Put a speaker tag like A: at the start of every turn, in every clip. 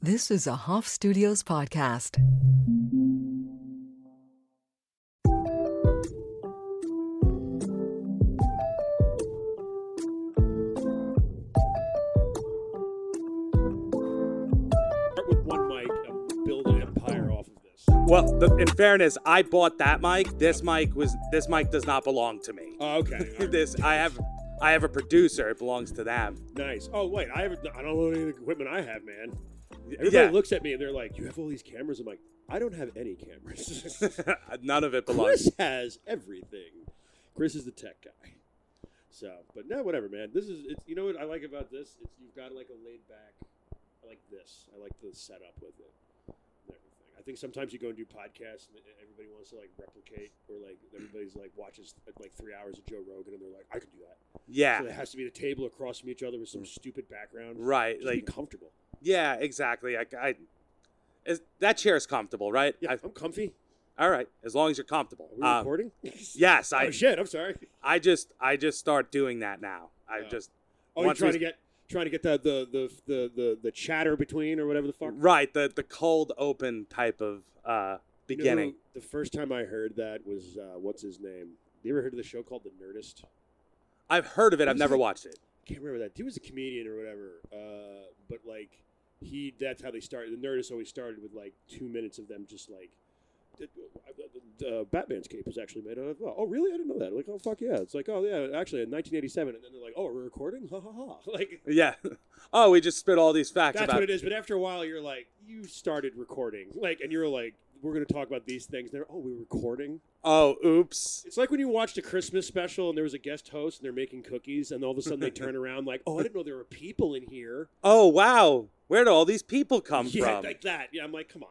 A: This is a Hoff Studios podcast.
B: start with one mic and build an empire off of this.
C: Well, the, in fairness, I bought that mic. This mic was this mic does not belong to me.
B: Oh, okay. all right.
C: This I have I have a producer. It belongs to them.
B: nice. Oh wait, I haven't. I don't own any of the equipment I have, man. Everybody
C: Yeah.
B: looks at me and they're like, "You have all these cameras." I'm like, "I don't have any cameras."
C: None of it belongs.
B: Chris has everything. Chris is the tech guy. So, but no, whatever, man. This is it's, you know what I like about this. It's you've got like a laid back. I like this. I like the setup with it. and everything. I think sometimes you go and do podcasts and e-, everybody wants to like replicate or like everybody's like watches uh, like three hours of Joe Rogan and they're like, I can do that.
C: Yeah.
B: So there has to be the table across from each other with some stupid background.
C: Right.
B: Just
C: Like
B: be comfortable.
C: yeah, exactly. I, I is, that chair is comfortable, right?
B: Yeah,
C: I-
B: I'm comfy.
C: all right, as long as you're comfortable.
B: Are we
C: Um,
B: recording?
C: yes, I
B: oh shit! I'm sorry.
C: I just I just start doing that now. I
B: Oh.
C: just
B: Oh, you're
C: Once
B: trying
C: we-
B: to get trying to get the the the the the, the chatter between or whatever the fuck.
C: right the the cold open type of
B: You
C: uh
B: know
C: beginning.
B: who- the first time I heard that was uh, what's his name? You ever heard of the show called The Nerdist?
C: I've heard of it. I've
B: Who's
C: never
B: it?
C: watched it.
B: can't remember that. He was a comedian or whatever. Uh, but like he, that's how they started. The Nerdist always started with like two minutes of them just like. Uh, Batman's cape was actually made out of. Oh, really? I didn't know that. Like, oh fuck yeah! It's like, oh yeah, actually in 1987, and then they're like, oh, we're recording. Ha ha ha! Like
C: Yeah. Oh, we just spit all these facts
B: that's
C: about
B: what it is. But after a while, you're like, you started recording. Like, and you're like, we're gonna talk about these things. They're oh, we were recording.
C: Oh, oops.
B: It's like when you watched a Christmas special and there was a guest host and they're making cookies, and all of a sudden they turn around like, oh, I didn't know there were people in here.
C: Oh, wow. Where do all these people come
B: yeah,
C: from?
B: like that. Yeah, I'm like, come on.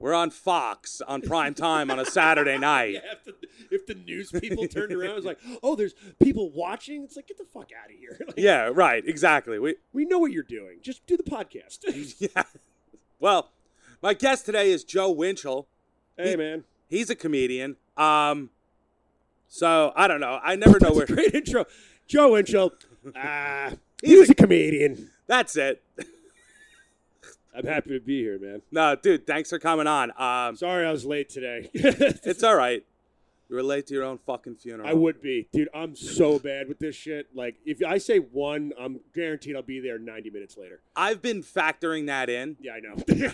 C: We're on Fox on prime time on a Saturday night.
B: Yeah, if, the, if the news people turned around, it's like, oh, there's people watching. It's like, get the fuck out of here. Like,
C: Yeah, right. Exactly. We
B: we know what you're doing. Just do the podcast.
C: yeah. Well, my guest today is Joe Winchell.
B: hey, man.
C: He's a comedian. Um so I don't know. I never know
B: That's
C: where
B: a great intro. Joe Winchell. Ah, he's a comedian.
C: That's it.
B: I'm happy to be here, man.
C: No, dude, thanks for coming on.
B: I'm
C: Um
B: sorry I was late today.
C: it's all right. You were late to your own fucking funeral.
B: I would be, dude. I'm so bad with this shit. Like, if I say one, I'm guaranteed I'll be there 90 minutes later.
C: I've been factoring that in.
B: Yeah, I know.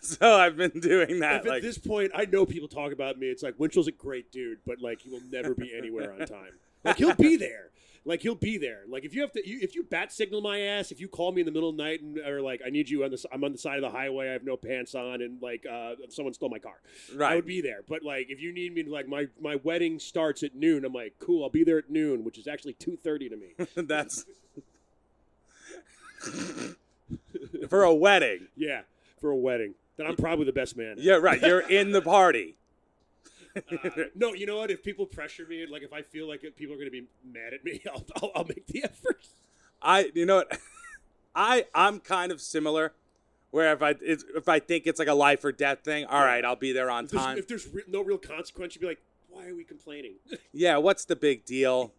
C: So I've been doing that
B: If
C: like
B: at this point, I know people talk about me. It's like Winchell's a great dude, but like he will never be anywhere on time. Like he'll be there. Like he'll be there. Like if you have to, you, if you bat signal my ass, if you call me in the middle of the night and or like I need you on this, I'm on the side of the highway. I have no pants on, and like uh, someone stole my car. I
C: right.
B: would be there. But like if you need me, to, like my my wedding starts at noon. I'm like, cool. I'll be there at noon, which is actually two thirty to me.
C: That's for a wedding.
B: yeah, for a wedding. Then I'm probably the best man.
C: Yeah, right. You're in the party.
B: Uh, no, you know what? If people pressure me, like if I feel like it- people are going to be mad at me, I'll, I'll, I'll make the effort.
C: I, you know what? I, I'm kind of similar. Where if I, it's, if I think it's like a life or death thing, all right, I'll be there on
B: If there's,
C: time.
B: if there's re- no real consequence, you'd be like, why are we complaining?
C: Yeah, what's the big deal?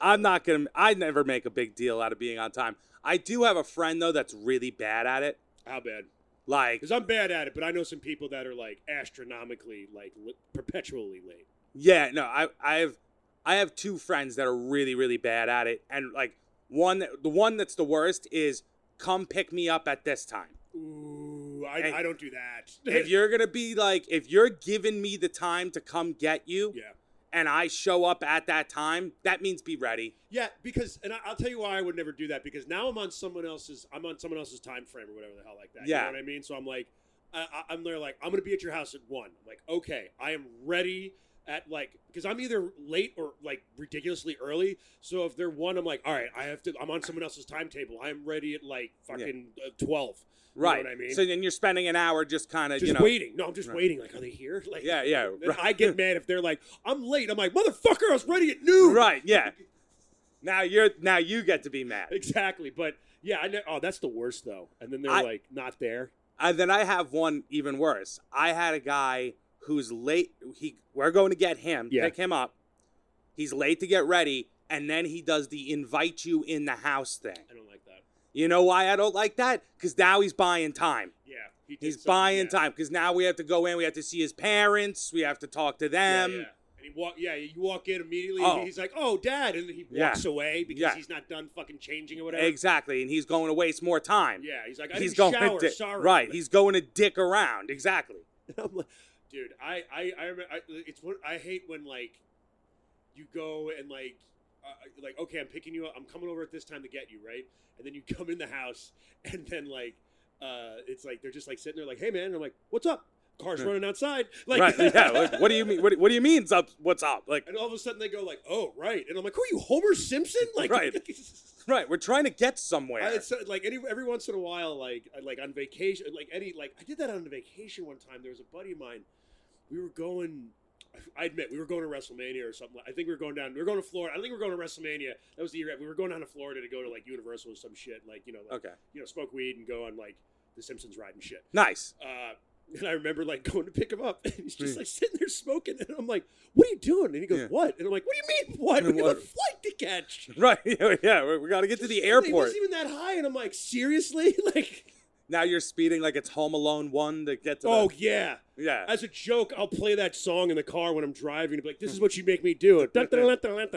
C: I'm not gonna. I never make a big deal out of being on time. I do have a friend though that's really bad at it.
B: How bad?
C: Like,
B: Because I'm bad at it, but I know some people that are like astronomically, like li- perpetually late.
C: Yeah, no, I I have I have two friends that are really really bad at it, and like one the one that's the worst is come pick me up at this time.
B: Ooh,
C: Hey.
B: I, I don't do that.
C: If you're gonna be like, if you're giving me the time to come get you,
B: yeah.
C: and I show up at that time, that means be ready.
B: Yeah, because and I, I'll tell you why I would never do that because now I'm on someone else's I'm on someone else's time frame or whatever the hell like that.
C: Yeah.
B: you know what I mean. So I'm like, I, I- I'm there like I'm gonna be at your house at one. I'm like, okay, I am ready at like because I'm either late or like ridiculously early. So if they're one, I'm like, all right, I have to. I'm on someone else's timetable. I'm ready at like fucking uh, twelve. You know
C: Right.
B: what I mean?
C: So then you're spending an hour just kind of
B: just
C: you know.
B: waiting. No, I'm just
C: Right.
B: waiting. Like, are they here? Like,
C: Yeah, yeah,
B: and
C: right.
B: I get mad if they're like, I'm late. I'm like, motherfucker, I was ready at noon.
C: Right. Yeah. Now you're now you get to be mad.
B: Exactly, but yeah, I know. Oh, that's the worst though. And then they're
C: I-
B: like not there.
C: And Uh, then I have one even worse. I had a guy who's late. He we're going to get him,
B: Yeah.
C: pick him up. He's late to get ready, and then he does the invite you in the house thing.
B: I don't like that.
C: You know why I don't like that? Because now he's buying time.
B: Yeah, he did
C: He's
B: something,
C: buying
B: yeah.
C: time because now we have to go in. We have to see his parents. We have to talk to
B: Yeah,
C: them.
B: yeah. And he walk, yeah, you walk in immediately.
C: Oh.
B: And he's like, "Oh, dad," and then he
C: Yeah.
B: walks away because
C: Yeah.
B: he's not done fucking changing or whatever.
C: Exactly, and he's going to waste more time.
B: Yeah, he's like, "I
C: he's
B: didn't
C: going
B: shower."
C: to dick.
B: Sorry,
C: right.
B: But-
C: He's going to dick around. Exactly.
B: I'm like, dude, I, I, I, remember, I, it's what I hate when like you go and like, uh, like, okay, I'm picking you up. I'm coming over at this time to get you, right? And then you come in the house, and then like, uh, it's like they're just like sitting there, like, hey man, and I'm like, what's up? Cars
C: Right.
B: running outside, like,
C: right. Yeah. Like, what do you mean? What, do- what do you mean? Up? What's up? Like,
B: And all of a sudden they go like, oh right, and I'm like, who are you, Homer Simpson? Like,
C: Right. right. We're trying to get somewhere.
B: I, it's uh, like any every once in a while, like I- like on vacation, like any like I did that on a vacation one time. There was a buddy of mine. We were going. I admit we were going to WrestleMania or something. I think we were going down. We were going to Florida. I think we were going to WrestleMania. That was the year we were going down to Florida to go to like Universal or some shit. Like you know, like,
C: okay.
B: you know, smoke weed and go on like the Simpsons ride and shit.
C: Nice.
B: Uh, and I remember like going to pick him up, and he's just
C: Hmm.
B: like sitting there smoking. And I'm like, "What are you doing?" And he goes,
C: Yeah.
B: "What?" And I'm like, "What do you mean what?
C: Yeah,
B: We have a
C: what?
B: flight to catch."
C: Right. Yeah. yeah, We, we got to get to the
B: It
C: airport.
B: wasn't even that high, and I'm like, seriously, like,
C: Now you're speeding like it's Home Alone one to get to.
B: oh yeah.
C: The, yeah.
B: As a joke, I'll play that song in the car when I'm driving. And be like, this is what you make me do.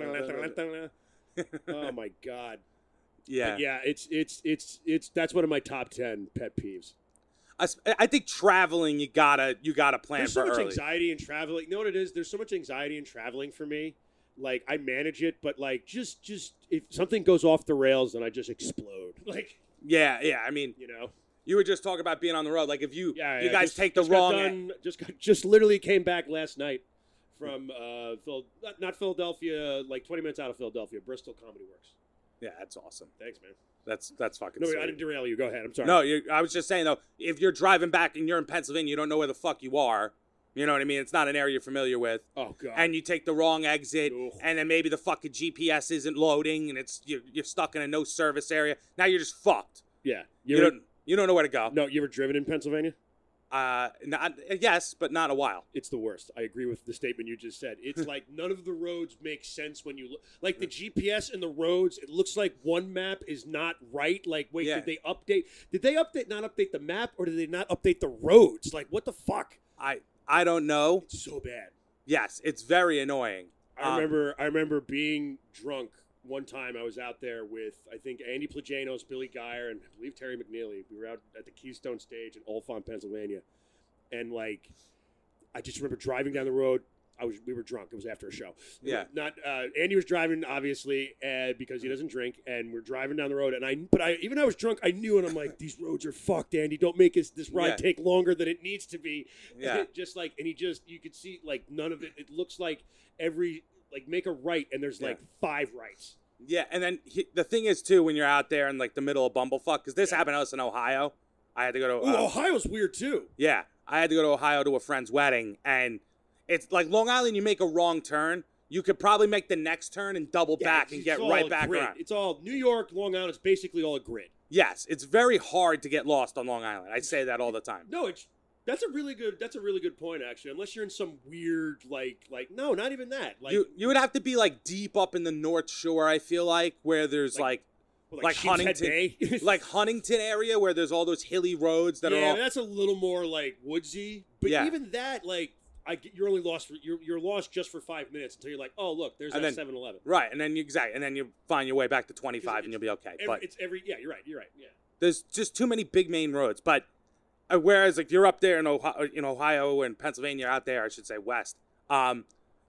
B: oh my god.
C: yeah.
B: But yeah, it's it's it's it's that's one of my top ten pet peeves.
C: I, s- I think traveling, you gotta you gotta plan
B: There's so
C: for
B: much
C: early.
B: anxiety in traveling. You know what it is? There's so much anxiety in traveling for me. Like I manage it, but like just just if something goes off the rails, then I just explode. Like
C: Yeah. Yeah. I mean,
B: you know.
C: you were just talking about being on the road. Like if you
B: Yeah,
C: you
B: yeah,
C: guys
B: just-
C: take the
B: just got
C: wrong.
B: done- just got, just literally came back last night from uh, Phil, not, not Philadelphia, like 20 minutes out of Philadelphia, Bristol Comedy Works.
C: yeah. That's awesome.
B: Thanks, man.
C: That's that's fucking.
B: No, wait,
C: sweet.
B: I didn't derail you. Go ahead. I'm sorry.
C: No, you I was just saying though, if you're driving back and you're in Pennsylvania, you don't know where the fuck you are. You know what I mean? It's not an area you're familiar with,
B: Oh god.
C: and you take the wrong exit,
B: Oof.
C: and then maybe the fucking GPS isn't loading, and it's you're, you're stuck in a no service area. Now you're just fucked.
B: yeah.
C: You
B: You, ever-
C: don't you don't know where to go.
B: No, you ever driven in Pennsylvania?
C: Uh, not, yes, but not a while.
B: It's the worst. I agree with the statement you just said. It's like none of the roads make sense when you look. Like the GPS and the roads, it looks like one map is not right. Like, wait,
C: Yeah.
B: did they update? Did they update not update the map, or did they not update the roads? Like, what the fuck?
C: I I don't know.
B: It's so bad.
C: Yes, it's very annoying.
B: I
C: Um,
B: remember I remember being drunk one time. I was out there with I think Andy Plagianos, Billy Geyer, and I believe Terry McNeely. We were out at the Keystone Stage in Olfont, Pennsylvania, and like I just remember driving down the road. I was we were drunk. It was after a show. We were
C: Yeah.
B: Not uh, Andy was driving obviously uh, because he doesn't drink, and we're driving down the road. And I but I even I was drunk. I knew, and I'm like, these roads are fucked, Andy. Don't make this this ride
C: Yeah.
B: take longer than it needs to be.
C: Yeah,
B: just like, and he just, you could see like none of it. It looks like every, like make a right and there's
C: Yeah.
B: like five rights.
C: yeah. And then he, the thing is too, when you're out there in like the middle of bumblefuck, because this
B: Yeah.
C: happened to us in Ohio. I had to go to.
B: Ooh,
C: uh,
B: Ohio's weird too.
C: Yeah, I had to go to Ohio to a friend's wedding, and it's like Long Island. You make a wrong turn, you could probably make the next turn and double
B: Yeah,
C: back
B: it's-
C: and
B: it's
C: get
B: all
C: right
B: a
C: back
B: grid.
C: around.
B: It's all New York, Long Island. It's basically all a grid.
C: yes, it's very hard to get lost on Long Island. I say that all the time.
B: No, it's that's a really good. That's a really good point actually. Unless you're in some weird like like no, not even that. Like
C: you you would have to be like deep up in the North Shore. I feel like where there's like
B: Like- well, like,
C: like
B: Sheep's Head Bay.
C: Huntington- like, Huntington area where there's all those hilly roads that
B: yeah,
C: are all
B: that's a little more like woodsy. But
C: Yeah.
B: even that, like, I get- you're only lost. For, you're you're lost just for five minutes until you're like, oh look, there's
C: And
B: that
C: then-
B: 7-Eleven.
C: right, and then you exact, and then you find your way back to 25
B: it's-
C: and you'll be okay.
B: Every,
C: but
B: it's every yeah. You're right. You're right. Yeah.
C: there's just too many big main roads. But uh, whereas like you're up there in Ohio, in Ohio and Pennsylvania, out there, I should say west. Um,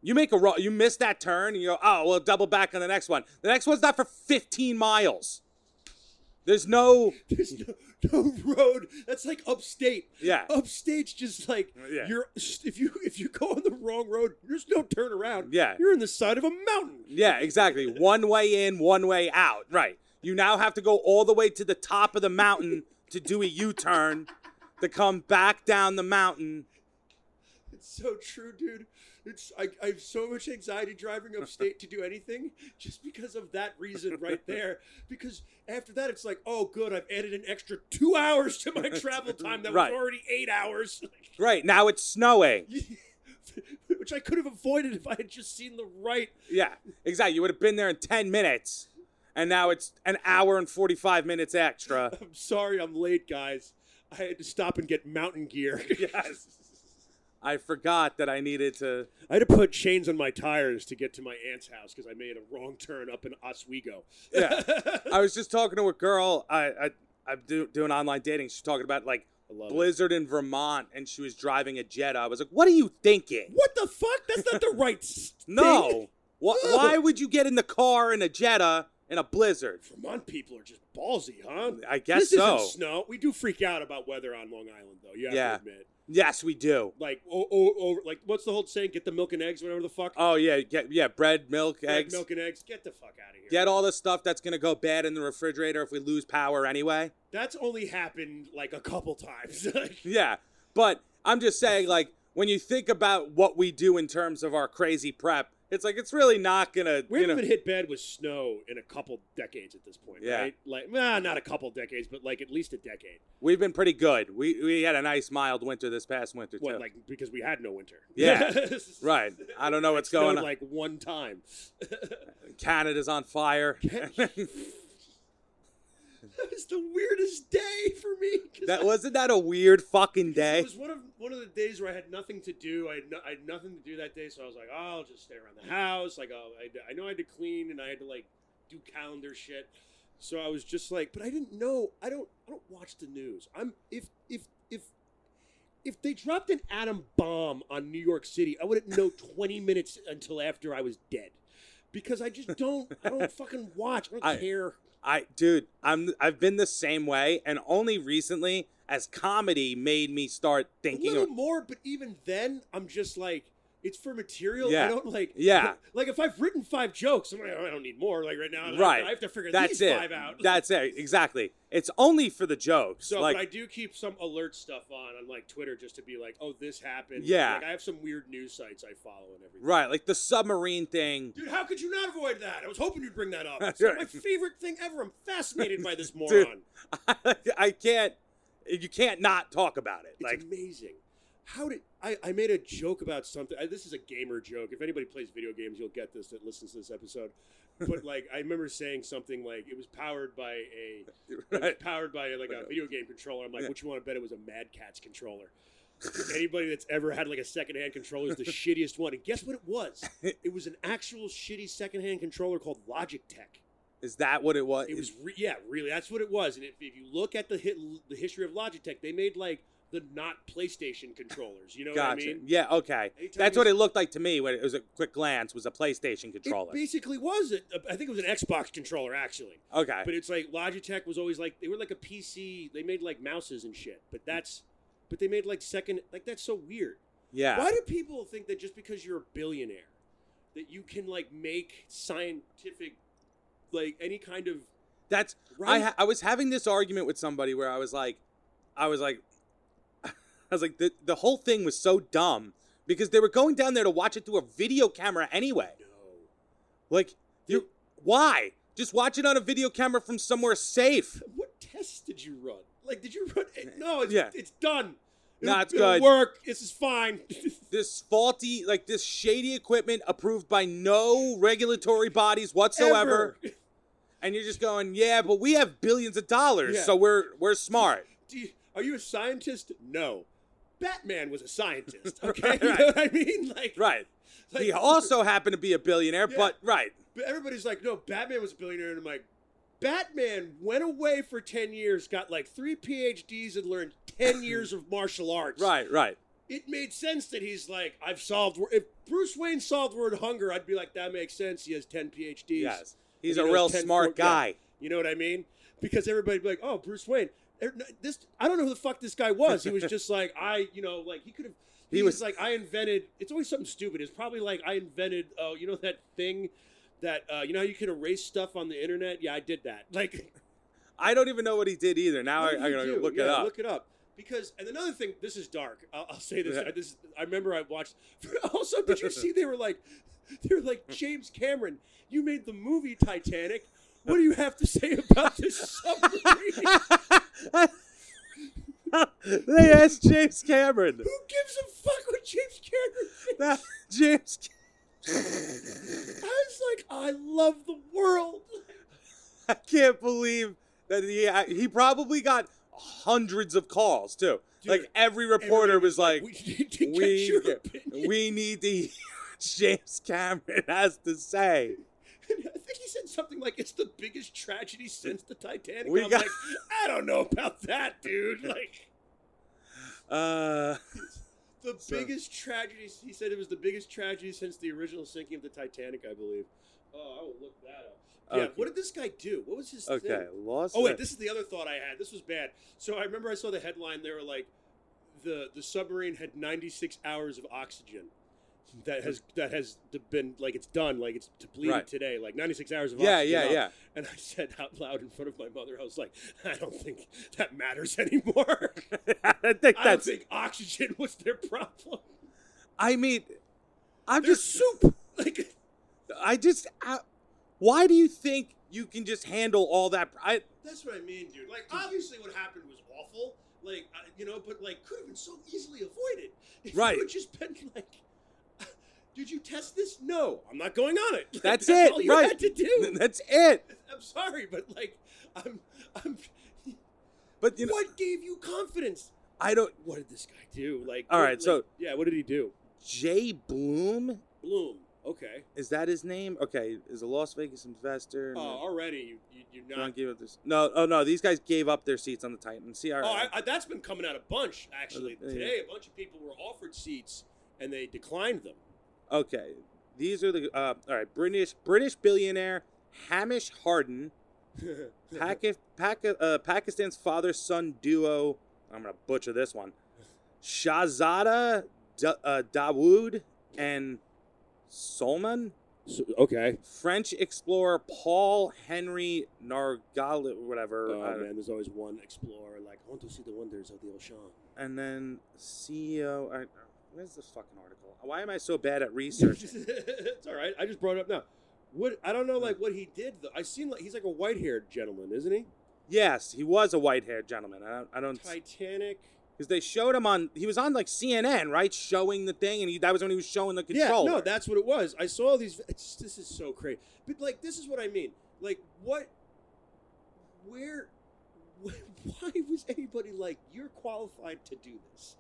C: you make a ro- you miss that turn, and you go, oh, well, double back on the next one. The next one's not for 15 miles. There's no
B: There's no, no road. That's like upstate.
C: yeah
B: Upstate's just like
C: Uh, Yeah.
B: you're. If you if you go on the wrong road, there's no turnaround.
C: Yeah.
B: You're on the side of a mountain.
C: yeah exactly one way in, one way out. Right. You now have to go all the way to the top of the mountain to do a U-turn, to come back down the mountain.
B: It's so true, dude. It's I, I have so much anxiety driving upstate to do anything just because of that reason right there. Because after that, it's like, oh, good, I've added an extra two hours to my travel time that
C: Right.
B: was already eight hours.
C: Right now it's snowing.
B: Which I could have avoided if I had just seen the right
C: Yeah, exactly. You would have been there in 10 minutes and now it's an hour and 45 minutes extra.
B: I'm sorry I'm late, guys. I had to stop and get mountain gear.
C: yes. I forgot that I needed to.
B: I had to put chains on my tires to get to my aunt's house because I made a wrong turn up in Oswego.
C: Yeah. I was just talking to a girl. I, I I'm do, doing online dating. She's talking about like
B: I love it.
C: blizzard in Vermont, and she was driving a Jetta. I was like, "What are you thinking?
B: What the fuck? That's not the right s-
C: No. Wha
B: Ew.
C: Why would you get in the car in a Jetta in a blizzard?
B: thing. Vermont people are just ballsy, huh?
C: I guess
B: this isn't
C: so.
B: snow. We do freak out about weather on Long Island, though. You have
C: Yeah.
B: to admit.
C: Yes, we do.
B: Like, o- o- over, like, what's the whole saying? Get the milk and eggs, whatever the fuck.
C: Oh yeah, get, yeah. Bread, milk,
B: Like,
C: eggs.
B: milk and eggs. Get the fuck out of here.
C: Get all the stuff that's gonna go bad in the refrigerator if we lose power anyway.
B: That's only happened like a couple times.
C: Yeah, but I'm just saying, like, when you think about what we do in terms of our crazy prep, it's like it's really not gonna.
B: we
C: you
B: haven't
C: know,
B: been hit bad with snow in a couple decades at this point,
C: Yeah.
B: right? Like, nah, not a couple decades, but like at least a decade.
C: we've been pretty good. We we had a nice mild winter this past winter too.
B: What, like, because we had no winter.
C: Yeah. right. I don't know what's
B: Snowed,
C: going on.
B: like one time.
C: Canada's on fire.
B: That was the weirdest day for me. 'cause
C: that
B: I-
C: wasn't that a weird fucking day.
B: It was one of one of the days where I had nothing to do. I had, no, I had nothing to do that day, so I was like, oh, I'll just stay around the house. Like, oh, I, I know I had to clean and I had to like do calendar shit. So I was just like, but I didn't know. I don't. I don't watch the news. I'm if if if if they dropped an atom bomb on New York City, I wouldn't know 20 minutes until after I was dead. Because I just don't, I don't fucking watch. I don't
C: I-
B: care.
C: I dude, I'm I've been the same way, and only recently as comedy made me start
B: a
C: thinking.
B: little
C: of-
B: more, but even then, I'm just like, it's for material.
C: Yeah.
B: I don't like.
C: Yeah.
B: Like if I've written five jokes, I'm like, oh, I don't need more. Like right now, I have to-
C: Right.
B: I have to figure
C: That's
B: these
C: it.
B: five out.
C: That's it. Exactly. It's only for the jokes.
B: so,
C: like
B: but I do keep some alert stuff on on like Twitter just to be like, oh, this happened.
C: Yeah.
B: Like I have some weird news sites I follow and everything.
C: Right, like the submarine thing.
B: Dude, how could you not avoid that? I was hoping you'd bring that up. It's
C: Right.
B: my favorite thing ever. I'm fascinated by this moron.
C: I, can't. You can't not talk about it.
B: It's
C: Like,
B: amazing. How did I? I made a joke about something. I, this is a gamer joke. If anybody plays video games, you'll get this. That listens to this episode. But like, I remember saying something like it was powered by a it was
C: right?
B: powered by like
C: Like
B: a
C: a-
B: video game controller. I'm like,
C: Yeah.
B: what you want to bet it was a Mad Catz controller. Anybody that's ever had like a secondhand controller is the shittiest one. And guess what it was? It was an actual shitty secondhand controller called Logitech.
C: Uh, Is that what it was?
B: It was re- yeah, really. That's what it was. And if, if you look at the hit, the history of Logitech, they made like the not PlayStation controllers. You know
C: Gotcha.
B: what I mean?
C: Yeah. Okay.
B: Anytime
C: That's
B: you-
C: what it looked like to me when it was a quick glance. Was a PlayStation controller.
B: It basically was. A, I think it was an Xbox controller actually.
C: okay.
B: But it's like Logitech was always like they were like a PC. They made like mouses and shit. But that's but they made like second like that's so weird.
C: yeah.
B: Why do people think that just because you're a billionaire that you can like make scientific like any kind of
C: That's.
B: right?
C: I ha- I was having this argument with somebody where I was like, I was like, I was like the the whole thing was so dumb because they were going down there to watch it through a video camera anyway.
B: no.
C: Like you. Why? Just watch it on a video camera from somewhere safe.
B: What tests did you run? Like, did you run? it- No, it's,
C: Eh, Yeah.
B: it's done.
C: No,
B: It'll-
C: it's
B: it'll
C: good.
B: Work. This is fine.
C: this faulty, like this shady equipment approved by no regulatory bodies whatsoever.
B: Ever.
C: And you're just going, yeah, but we have billions of dollars,
B: Yeah.
C: so we're we're smart.
B: Do you- are you a scientist? No. Batman was a scientist. Okay,
C: Right,
B: you know
C: right.
B: what I mean? Like,
C: Right.
B: like-
C: he also happened to be a billionaire,
B: Yeah.
C: but right.
B: but everybody's like, no, Batman was a billionaire, and I'm like, Batman went away for ten years, got like three PhDs, and learned ten years of martial arts.
C: Right, right.
B: It made sense that he's like, I've solved. wor- If Bruce Wayne solved word hunger, I'd be like, that makes sense. He has ten PhDs.
C: Yes. He's
B: he
C: a
B: knows
C: real
B: 10
C: smart
B: foot- yeah.
C: guy.
B: You know what I mean? Because everybody'd be like, "Oh, Bruce Wayne." Er, n- This I don't know who the fuck this guy was. He was just like I, you know, like he could have.
C: He
B: He
C: was-
B: was like I invented. It's always something stupid. It's probably like I invented. Oh, you know that thing that uh, you know how you can erase stuff on the internet. Yeah, I did that. Like
C: I don't even know what he did either. Now I,
B: what
C: I
B: did he
C: gotta
B: do?
C: look it
B: Yeah,
C: up.
B: Look it up. Because and another thing, this is dark. I'll, I'll say this.
C: Yeah.
B: I, this I remember I watched. Also, did you see they were like, they were like James Cameron. You made the movie Titanic. What do you have to say about this submarine?
C: they asked James Cameron.
B: Who gives a fuck what James Cameron thinks?
C: That- James
B: I was like, I love the world.
C: I can't believe that he he probably got hundreds of calls too.
B: Dude,
C: like every reporter was like,
B: we need to get
C: we
B: your
C: get-
B: opinion.
C: we need to hear what James Cameron has to say.
B: I think he said something like, "It's the biggest tragedy since the Titanic."
C: We
B: I'm
C: got-
B: like, I don't know about that, dude. Like
C: Uh,
B: the
C: So-
B: biggest tragedy. He said it was the biggest tragedy since the original sinking of the Titanic, I believe. Oh, I will look that up. Yeah.
C: Okay.
B: What did this guy do? What was his thing?
C: okay, lost.
B: Oh wait,
C: the-
B: this is the other thought I had. This was bad. So I remember I saw the headline. They were like, the the submarine had 96 hours of oxygen. That has that has been like it's done like it's depleted
C: Right.
B: today like 96 hours of
C: yeah,
B: oxygen
C: yeah,
B: up.
C: yeah.
B: and I said out loud in front of my mother I was like I don't think that matters anymore
C: I think
B: I don't
C: that's.
B: think oxygen was their problem
C: I mean, I'm
B: they're
C: just.
B: soup like
C: I just. I, why do you think you can just handle all that? I,
B: That's what I mean, dude. Like, obviously, what happened was awful. Like, I- you know, but like, could have been so easily avoided. If
C: Right.
B: You would just been like, did you test this? No, I'm not going on it. Like,
C: That's it,
B: All you
C: right.
B: had to do.
C: that's it.
B: I'm sorry, but like, I'm, I'm.
C: But you know,
B: what gave you confidence?
C: I don't.
B: What did this guy do? Like,
C: All
B: what-
C: right,
B: like-
C: so-
B: yeah, what did he do?
C: Jay Bloom
B: Bloom. Okay.
C: is that his name? Okay, is a Las Vegas investor.
B: Oh, already you, you you're
C: No one
B: not.
C: gave up their- No, oh no, these guys gave up their seats on the Titans. See, all
B: Oh,
C: right. Uh,
B: I, I, that's been coming out a bunch actually.
C: Yeah.
B: Today, a bunch of people were offered seats and they declined them.
C: okay, these are the uh, all right. British British billionaire Hamish Hardin, Paki- Paki- uh, Pakistan's father son duo. I'm gonna butcher this one. Shahzada D- uh, Dawood and Solman.
B: So- okay.
C: French explorer Paul Henry Nargali, whatever, uh,
B: Oh
C: I don't-
B: man, there's always one explorer like I want to see the wonders of the ocean.
C: and then CEO. I, where's the fucking article? Why am I so bad at research?
B: it's all right. I just brought it up now. What I don't know, like what he did though. I seen like he's like a white-haired gentleman, isn't he?
C: Yes, he was a white-haired gentleman. I don't, I don't,
B: Titanic.
C: because they showed him on. He was on like CNN, right, showing the thing, and he, that was when he was showing the controller.
B: Yeah, no, that's what it was. I saw all these. It's, this is so crazy. But like, this is what I mean. Like, what? Where? Why was anybody like you're qualified to do this?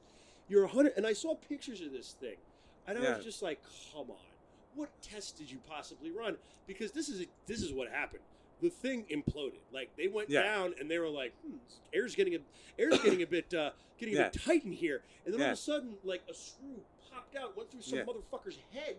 B: You're a hundred. And I saw pictures of this thing, and I
C: Yeah.
B: was just like, come on. What test did you possibly run? Because this is this is what happened. The thing imploded. Like they went
C: Yeah.
B: down, and they were like, hmm, "Air's getting a air's getting a bit uh, getting a bit tight in here." And then all
C: Yeah.
B: of a sudden, like a screw popped out, went through some
C: Yeah.
B: motherfucker's head,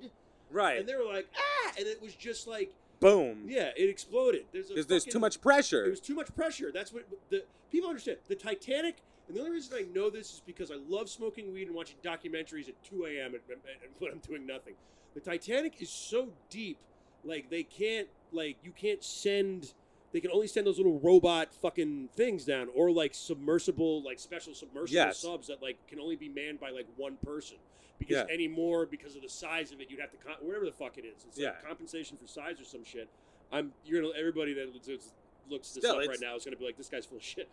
C: right.
B: and they were like, ah, and it was just like,
C: Boom.
B: yeah, it exploded. There's a
C: Because there's too
B: fucking-
C: much pressure.
B: It was too much pressure. That's what the people understand. The Titanic, and the only reason I know this is because I love smoking weed and watching documentaries at 2 a.m. and- and- and when I'm doing nothing. The Titanic is so deep, like they can't, like you can't send. They can only send those little robot fucking things down, or like submersible, like special submersible
C: Yes.
B: subs that like can only be manned by like one person because
C: Yeah.
B: any more because of the size of it, you'd have to con- whatever the fuck it is. It's
C: Yeah.
B: like compensation for size or some shit. I'm you're gonna everybody that looks- looks looks this
C: Still,
B: up right
C: it's-
B: now is gonna be like this guy's full of shit.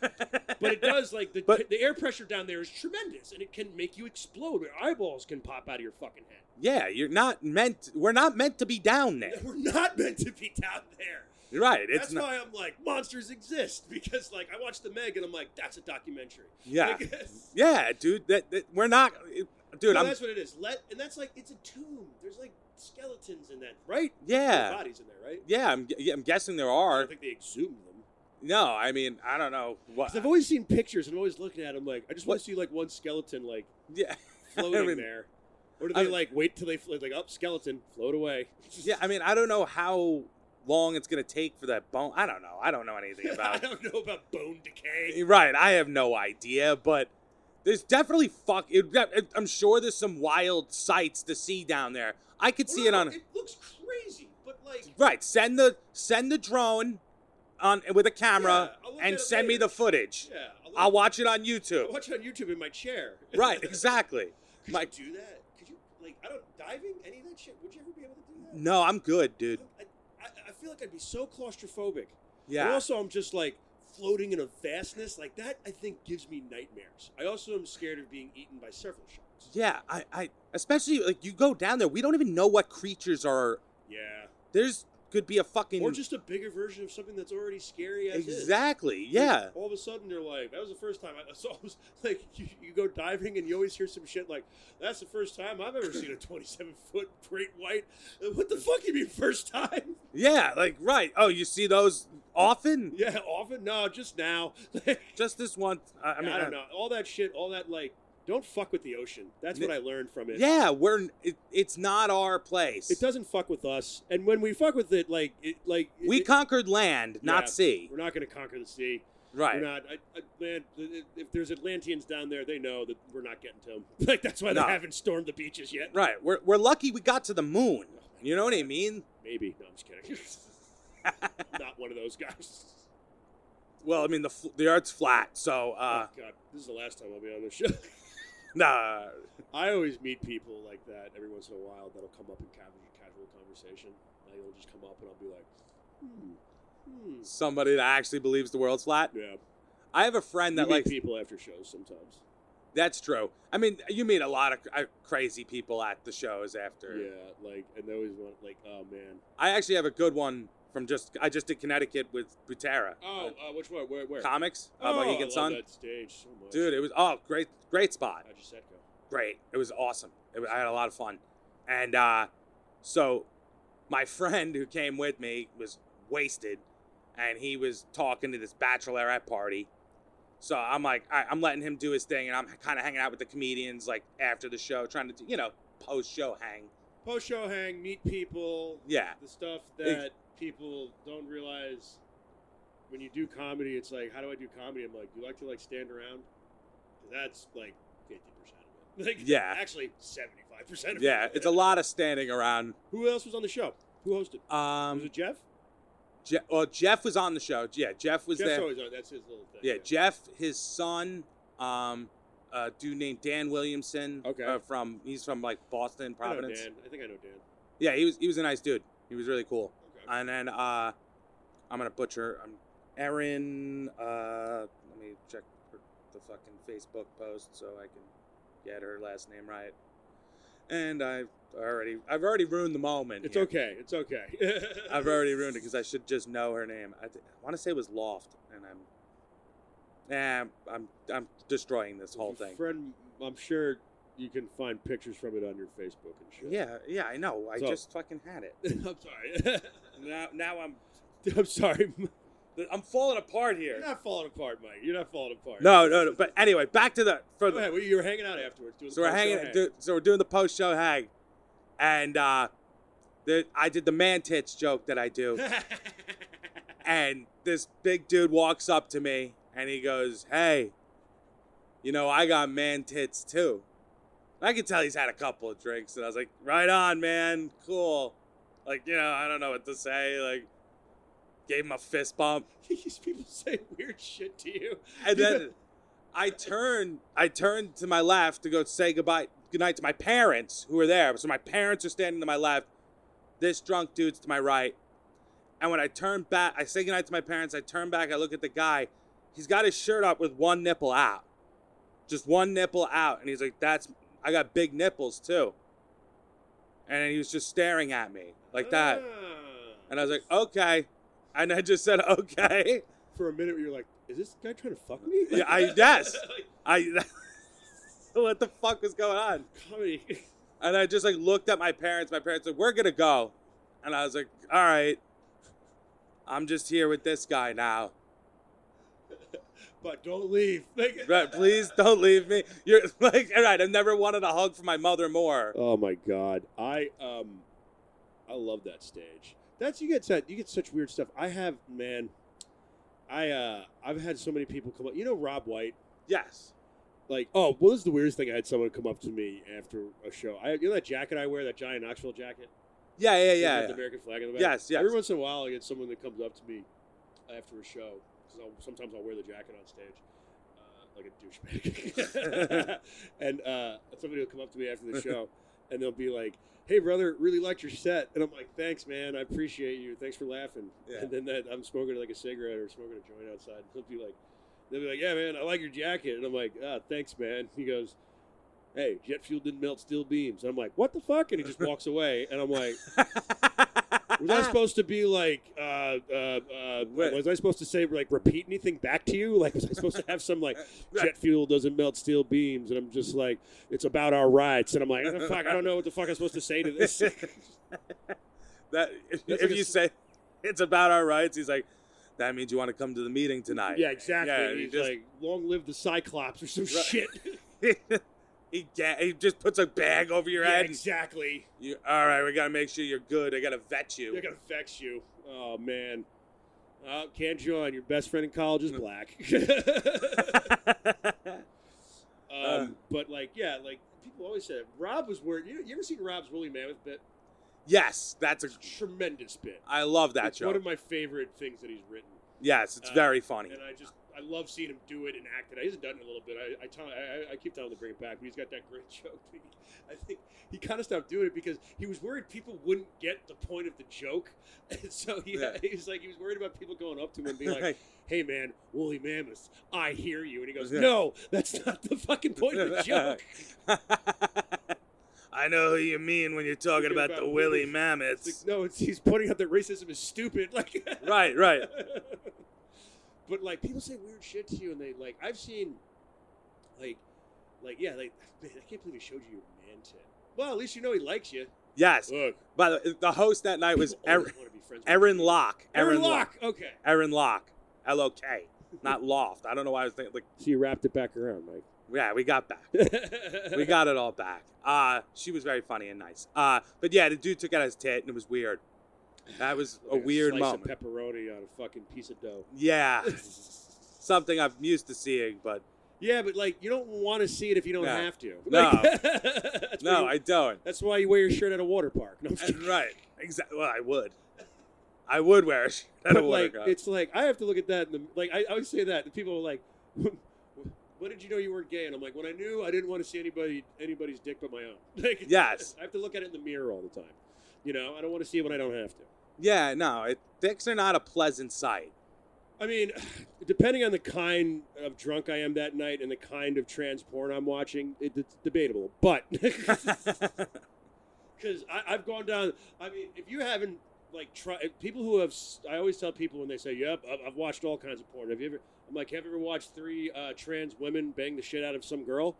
B: But it does like the
C: But-
B: the air pressure down there is tremendous and it can make you explode. Your eyeballs can pop out of your fucking head.
C: yeah, you're not meant. We're not meant to be down there.
B: We're not meant to be down there.
C: Right. It's
B: that's
C: not.
B: why I'm like monsters exist because like I watched the Meg and I'm like that's a documentary.
C: yeah.
B: Like,
C: yeah, dude. That, that we're not. it- dude,
B: no,
C: I'm.
B: that's what it is. Let and that's like it's a tomb. There's like skeletons in that, right?
C: Yeah.
B: bodies in there, right?
C: Yeah, I'm. gu- Yeah, I'm guessing there
B: I
C: are.
B: don't think they exhumed them.
C: No, I mean, I don't know what.
B: Because I've always seen pictures and I'm always looking at them like, I just want
C: What-
B: to see like one skeleton like
C: Yeah.
B: floating
C: mean-
B: there. Or do
C: I
B: they
C: mean-
B: like wait till they float, like, up, skeleton, float away?
C: Yeah, I mean, I don't know how long it's gonna take for that bone. I don't know. I don't know anything
B: I
C: about.
B: don't know about bone decay.
C: right, I have no idea, but there's definitely fuck. It, it- I'm sure there's some wild sights to see down there. I could see it
B: Well,
C: on.
B: It looks crazy, but like.
C: right, send the send the drone on with a camera
B: Yeah, I'll look at
C: and
B: it
C: send me
B: later.
C: the footage.
B: Yeah, I'll,
C: I'll
B: watch,
C: watch it on
B: I'll
C: YouTube.
B: watch it on YouTube in my chair.
C: right, exactly.
B: Could
C: my-
B: you do that? Could you, like, I don't, diving, any of that shit? Would you ever be able to do that?
C: No, I'm good, dude.
B: I, I, I feel like I'd be so claustrophobic. And
C: Yeah,
B: also, I'm just like floating in a vastness like that. I think gives me nightmares. I also am scared of being eaten by several sharks.
C: yeah. I, I especially like you go down there. We don't even know what creatures are
B: Yeah.
C: There's could be a fucking
B: Or just a bigger version of something that's already scary as is.
C: exactly.
B: Like,
C: Yeah.
B: all of a sudden, they're like, that was the first time I saw. Was, like, you, you go diving and you always hear some shit like, that's the first time I've ever seen a 27 foot great white. Uh, What the fuck you mean, first time?
C: Yeah, like right. Oh, you see those often?
B: Yeah, often? No, just now. Like,
C: Just this one. I, I
B: I,
C: mean, uh,
B: don't know. All that shit, all that, like, don't fuck with the ocean. That's what I learned from it.
C: Yeah, we're it, it's not our place.
B: It doesn't fuck with us. And when we fuck with it, like, it, like,
C: We
B: it,
C: conquered land, not
B: Yeah.
C: sea.
B: we're not going to conquer the sea.
C: Right.
B: We're not. I, I, man, if there's Atlanteans down there, they know that we're not getting to them. Like that's why they
C: No.
B: haven't stormed the beaches yet.
C: Right. We're we're lucky we got to the moon. You know what I mean?
B: Maybe. No, I'm just kidding. not one of those guys.
C: Well, I mean the fl- the earth's flat, so uh,
B: oh God, this is the last time I'll be on this show.
C: nah.
B: I always meet people like that every once in a while that'll come up in casual, casual conversation. Like it'll just come up and I'll be like, hmm, hmm.
C: Somebody that actually believes the world's flat.
B: Yeah.
C: I have a friend
B: You
C: that
B: meet
C: likes.
B: people after shows sometimes.
C: That's true. I mean, you meet a lot of cr- uh, crazy people at the shows after.
B: Yeah, like, and they always want like, oh man.
C: I actually have a good one from just. I just did Connecticut with Butera.
B: Oh, uh, which one? Where? Where?
C: uh, comics.
B: oh,
C: uh,
B: I
C: Mohegan
B: love
C: Sun.
B: that stage so much.
C: Dude, it was oh great, great spot.
B: How'd your set go?
C: great. It was awesome. It, I had a lot of fun. And uh, so my friend who came with me was wasted and he was talking to this bachelorette party. So I'm like, all right, I'm letting him do his thing and I'm kind of hanging out with the comedians like after the show, trying to, do, you know, post show hang.
B: post show hang, meet people,
C: Yeah.
B: the stuff
C: Ex-
B: that people don't realize when you do comedy. It's like, how do I do comedy? I'm like, you like to like stand around. 'Cause That's like fifty percent of it. Like,
C: Yeah.
B: actually seventy five percent. of
C: Yeah.
B: it.
C: It's a lot of standing around.
B: Who else was on the show? Who hosted? was
C: Um,
B: it Jeff?
C: Je- well, Jeff was on the show. Yeah. Jeff was
B: Jeff's
C: there.
B: always on. That's his little thing.
C: Yeah, Jeff, his son, um, a dude named Dan Williamson.
B: Okay.
C: uh, from he's from like Boston,
B: I know
C: Providence.
B: Dan. I think I know Dan.
C: Yeah, he was he was a nice dude. He was really cool.
B: Okay.
C: And then uh, I'm gonna butcher. Um, Erin. Uh, let me check her, the fucking Facebook post so I can get her last name right. And I've already I've already ruined the moment.
B: it's
C: here.
B: okay. It's okay.
C: I've already ruined it because I should just know her name. I, th- I want to say it was Loft, and I'm, nah, I'm, I'm destroying this whole
B: Your
C: thing.
B: Friend, I'm sure you can find pictures from it on your Facebook and shit.
C: Yeah, yeah, I know. I
B: So-
C: just fucking had it.
B: I'm sorry.
C: Now, now I'm,
B: I'm sorry.
C: I'm falling apart
B: You're
C: here.
B: not falling apart, Mike. You're not falling apart.
C: No, no, no. But anyway, back to the for
B: Go
C: the,
B: ahead. Well, you were hanging out afterwards. Doing
C: so
B: the
C: we're hanging, do- so we're doing the post show hang, and uh, the, I did the man tits joke that I do. and this big dude walks up to me and he goes, "Hey, you know I got man tits too." I could tell he's had a couple of drinks, and I was like, "Right on, man, cool." Like you know, I don't know what to say. Like, gave him a fist bump,
B: These people say weird shit to you.
C: and then I turned, I turned to my left to go say goodbye, goodnight to my parents who were there. So my parents are standing to my left, this drunk dude's to my right, and when I turn back, I say goodnight to my parents. I turn back, I look at the guy. He's got his shirt up with one nipple out. Just one nipple out. And he's like, that's, I got big nipples too. And he was just staring at me like that.
B: Ah.
C: And I was like, okay. And I just said, okay.
B: for a minute, you're like, is this guy trying to fuck me?
C: Yeah, I- yes. I, what the fuck was going on?
B: Comedy.
C: And I just like looked at my parents. My parents like, we're gonna go. And I was like, all right. I'm just here with this guy now.
B: But don't leave. Like,
C: Right, please don't leave me. You're like, all right, I've never wanted a hug from my mother more.
B: Oh my god, I um, I love that stage. That's you get set. You get such weird stuff. I have man, I uh, I've had so many people come up. You know Rob White.
C: Yes.
B: like oh well this is the weirdest thing i had someone come up to me after a show i you know that jacket i wear that giant knoxville jacket
C: Yeah, yeah,
B: With
C: yeah.
B: the
C: yeah.
B: american flag on the back
C: Yes, yes.
B: every once in a while i get someone that comes up to me after a show because sometimes i'll wear the jacket on stage uh, like a douchebag and uh, somebody will come up to me after the show and they'll be like hey brother really liked your set and i'm like thanks man i appreciate you thanks for laughing
C: Yeah.
B: and then that i'm smoking like a cigarette or smoking a joint outside and he'll be like They'll be like, "Yeah, man, I like your jacket," and I'm like, "Ah, thanks, man." He goes, "Hey, jet fuel didn't melt steel beams," and I'm like, "What the fuck?" And he just walks away, and I'm like, Was
C: Ah.
B: I supposed to be like? Uh, uh, uh,
C: What?
B: was I supposed to say like repeat anything back to you? Like was I supposed to have some like jet fuel doesn't melt steel beams? And I'm just like, it's about our rights. And I'm like, "Ah, fuck, I don't know what the fuck I'm supposed to say to this.
C: that if,
B: That's
C: if
B: like
C: you
B: a-
C: say it's about our rights, he's like, that means you want to come to the meeting tonight.
B: yeah, exactly.
C: Yeah,
B: And
C: you
B: he's
C: just-
B: like, long live the Cyclops or some
C: Right.
B: shit.
C: he ga- he just puts a bag over your
B: yeah,
C: head. and
B: exactly.
C: you, all right, we gotta make sure you're good. I gotta vet you.
B: They're gonna vex you. Oh man. Uh, can't join. Your best friend in college is
C: Mm.
B: black. Um,
C: Uh.
B: but like, yeah, like people always said, Rob was weird. You, you ever seen Rob's Willie Mammoth bit?
C: yes, that's a.
B: It's a tremendous bit.
C: I love that
B: it's one
C: joke.
B: of my favorite things that he's written,
C: Yes, it's
B: uh,
C: very funny.
B: and I just I love seeing him do it and act it. I hasn't done it in a little bit. I I, tell, I I- I keep telling him to bring it back, but he's got that great joke. that he- I think he kind of stopped doing it because he was worried people wouldn't get the point of the joke, and so he,
C: Yeah.
B: he was like he was worried about people going up to him and being like, hey man, woolly mammoth, I hear you. And he goes,
C: Yeah.
B: no, that's not the fucking point of the joke.
C: I know who you mean when you're talking about, the Willy
B: It's like,
C: Mammoths.
B: no, it's, he's pointing out that racism is stupid. Like,
C: right, right.
B: but like people say weird shit to you, and they like I've seen, like, like yeah, like man, I can't believe he showed you your man tit. Well, at least you know he likes you.
C: Yes.
B: Look,
C: By the way, the host that night was Aaron,
B: want to be friends with
C: Aaron
B: you.
C: Locke.
B: Aaron Locke. Okay.
C: Aaron Locke. L O K. Not Loft. I don't know why I was thinking. Like,
B: So you wrapped it back around, Mike.
C: yeah, we got back. We got it all back. Uh, she was very funny and nice. Uh, but yeah, the dude took out his tit and it was weird. That was a
B: Like
C: weird
B: slice
C: moment.
B: Of pepperoni on a fucking piece of dough.
C: yeah. Something I'm used to seeing, but
B: Yeah, but like you don't want to see it if you don't
C: No.
B: have to.
C: No.
B: Like, that's why
C: no,
B: you-
C: I don't.
B: that's why you wear your shirt at a water park. No, I'm just
C: And-
B: kidding.
C: right. Exactly. Well, I would. I would wear a shirt. I
B: but
C: don't
B: like
C: like, it.
B: it's like I have to look at that. In the, like I, I always say that. And people are like, "When did you know you weren't gay?" And I'm like, "When I knew, I didn't want to see anybody anybody's dick but my own." Like,
C: Yes.
B: I have to look at it in the mirror all the time. You know, I don't want to see it when I don't have to.
C: Yeah, no. It, dicks are not a pleasant sight.
B: I mean, depending on the kind of drunk I am that night and the kind of trans porn I'm watching, it, it's debatable. But because I've gone down. I mean, if you haven't like try if people who have, s- I always tell people when they say, "Yep, I've, I've watched all kinds of porn." Have you ever? I'm like, "Have you ever watched three uh, trans women bang the shit out of some girl?"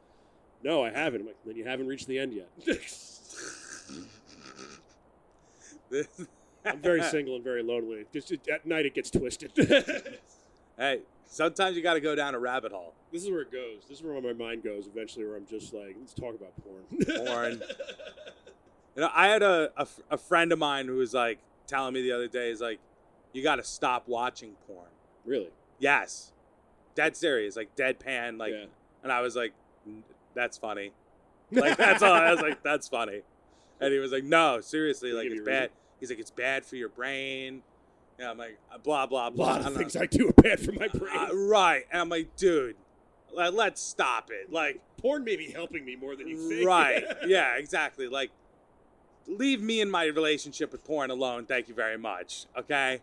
B: No, I haven't. I'm like, then you haven't reached the end yet. I'm very single and very lonely. Just it- at night, it gets twisted. this
C: Hey, sometimes you got to go down a rabbit hole.
B: is where it goes. This is where my mind goes eventually. Where I'm just like, let's talk about porn.
C: Porn. You know, I had a, a, f- a friend of mine who was like telling me the other day, is like, you got to stop watching porn.
B: really?
C: Yes. Dead serious, like deadpan, like,
B: Yeah.
C: and I was like, "N- that's funny. Like that's all. I was like, that's funny. And he was like, no, seriously,
B: Did he
C: like
B: give
C: it's
B: you a reason?
C: bad. He's like, it's bad for your brain. Yeah, I'm like, "Uh, blah blah
B: a
C: blah.
B: lot
C: I
B: of
C: don't
B: things
C: know.
B: I do are bad for my brain.
C: Uh, right, and I'm like, dude, let, let's stop it. Like,
B: porn may be helping me more than you think.
C: right? yeah, exactly. Like, leave me and my relationship with porn alone. Thank you very much. Okay.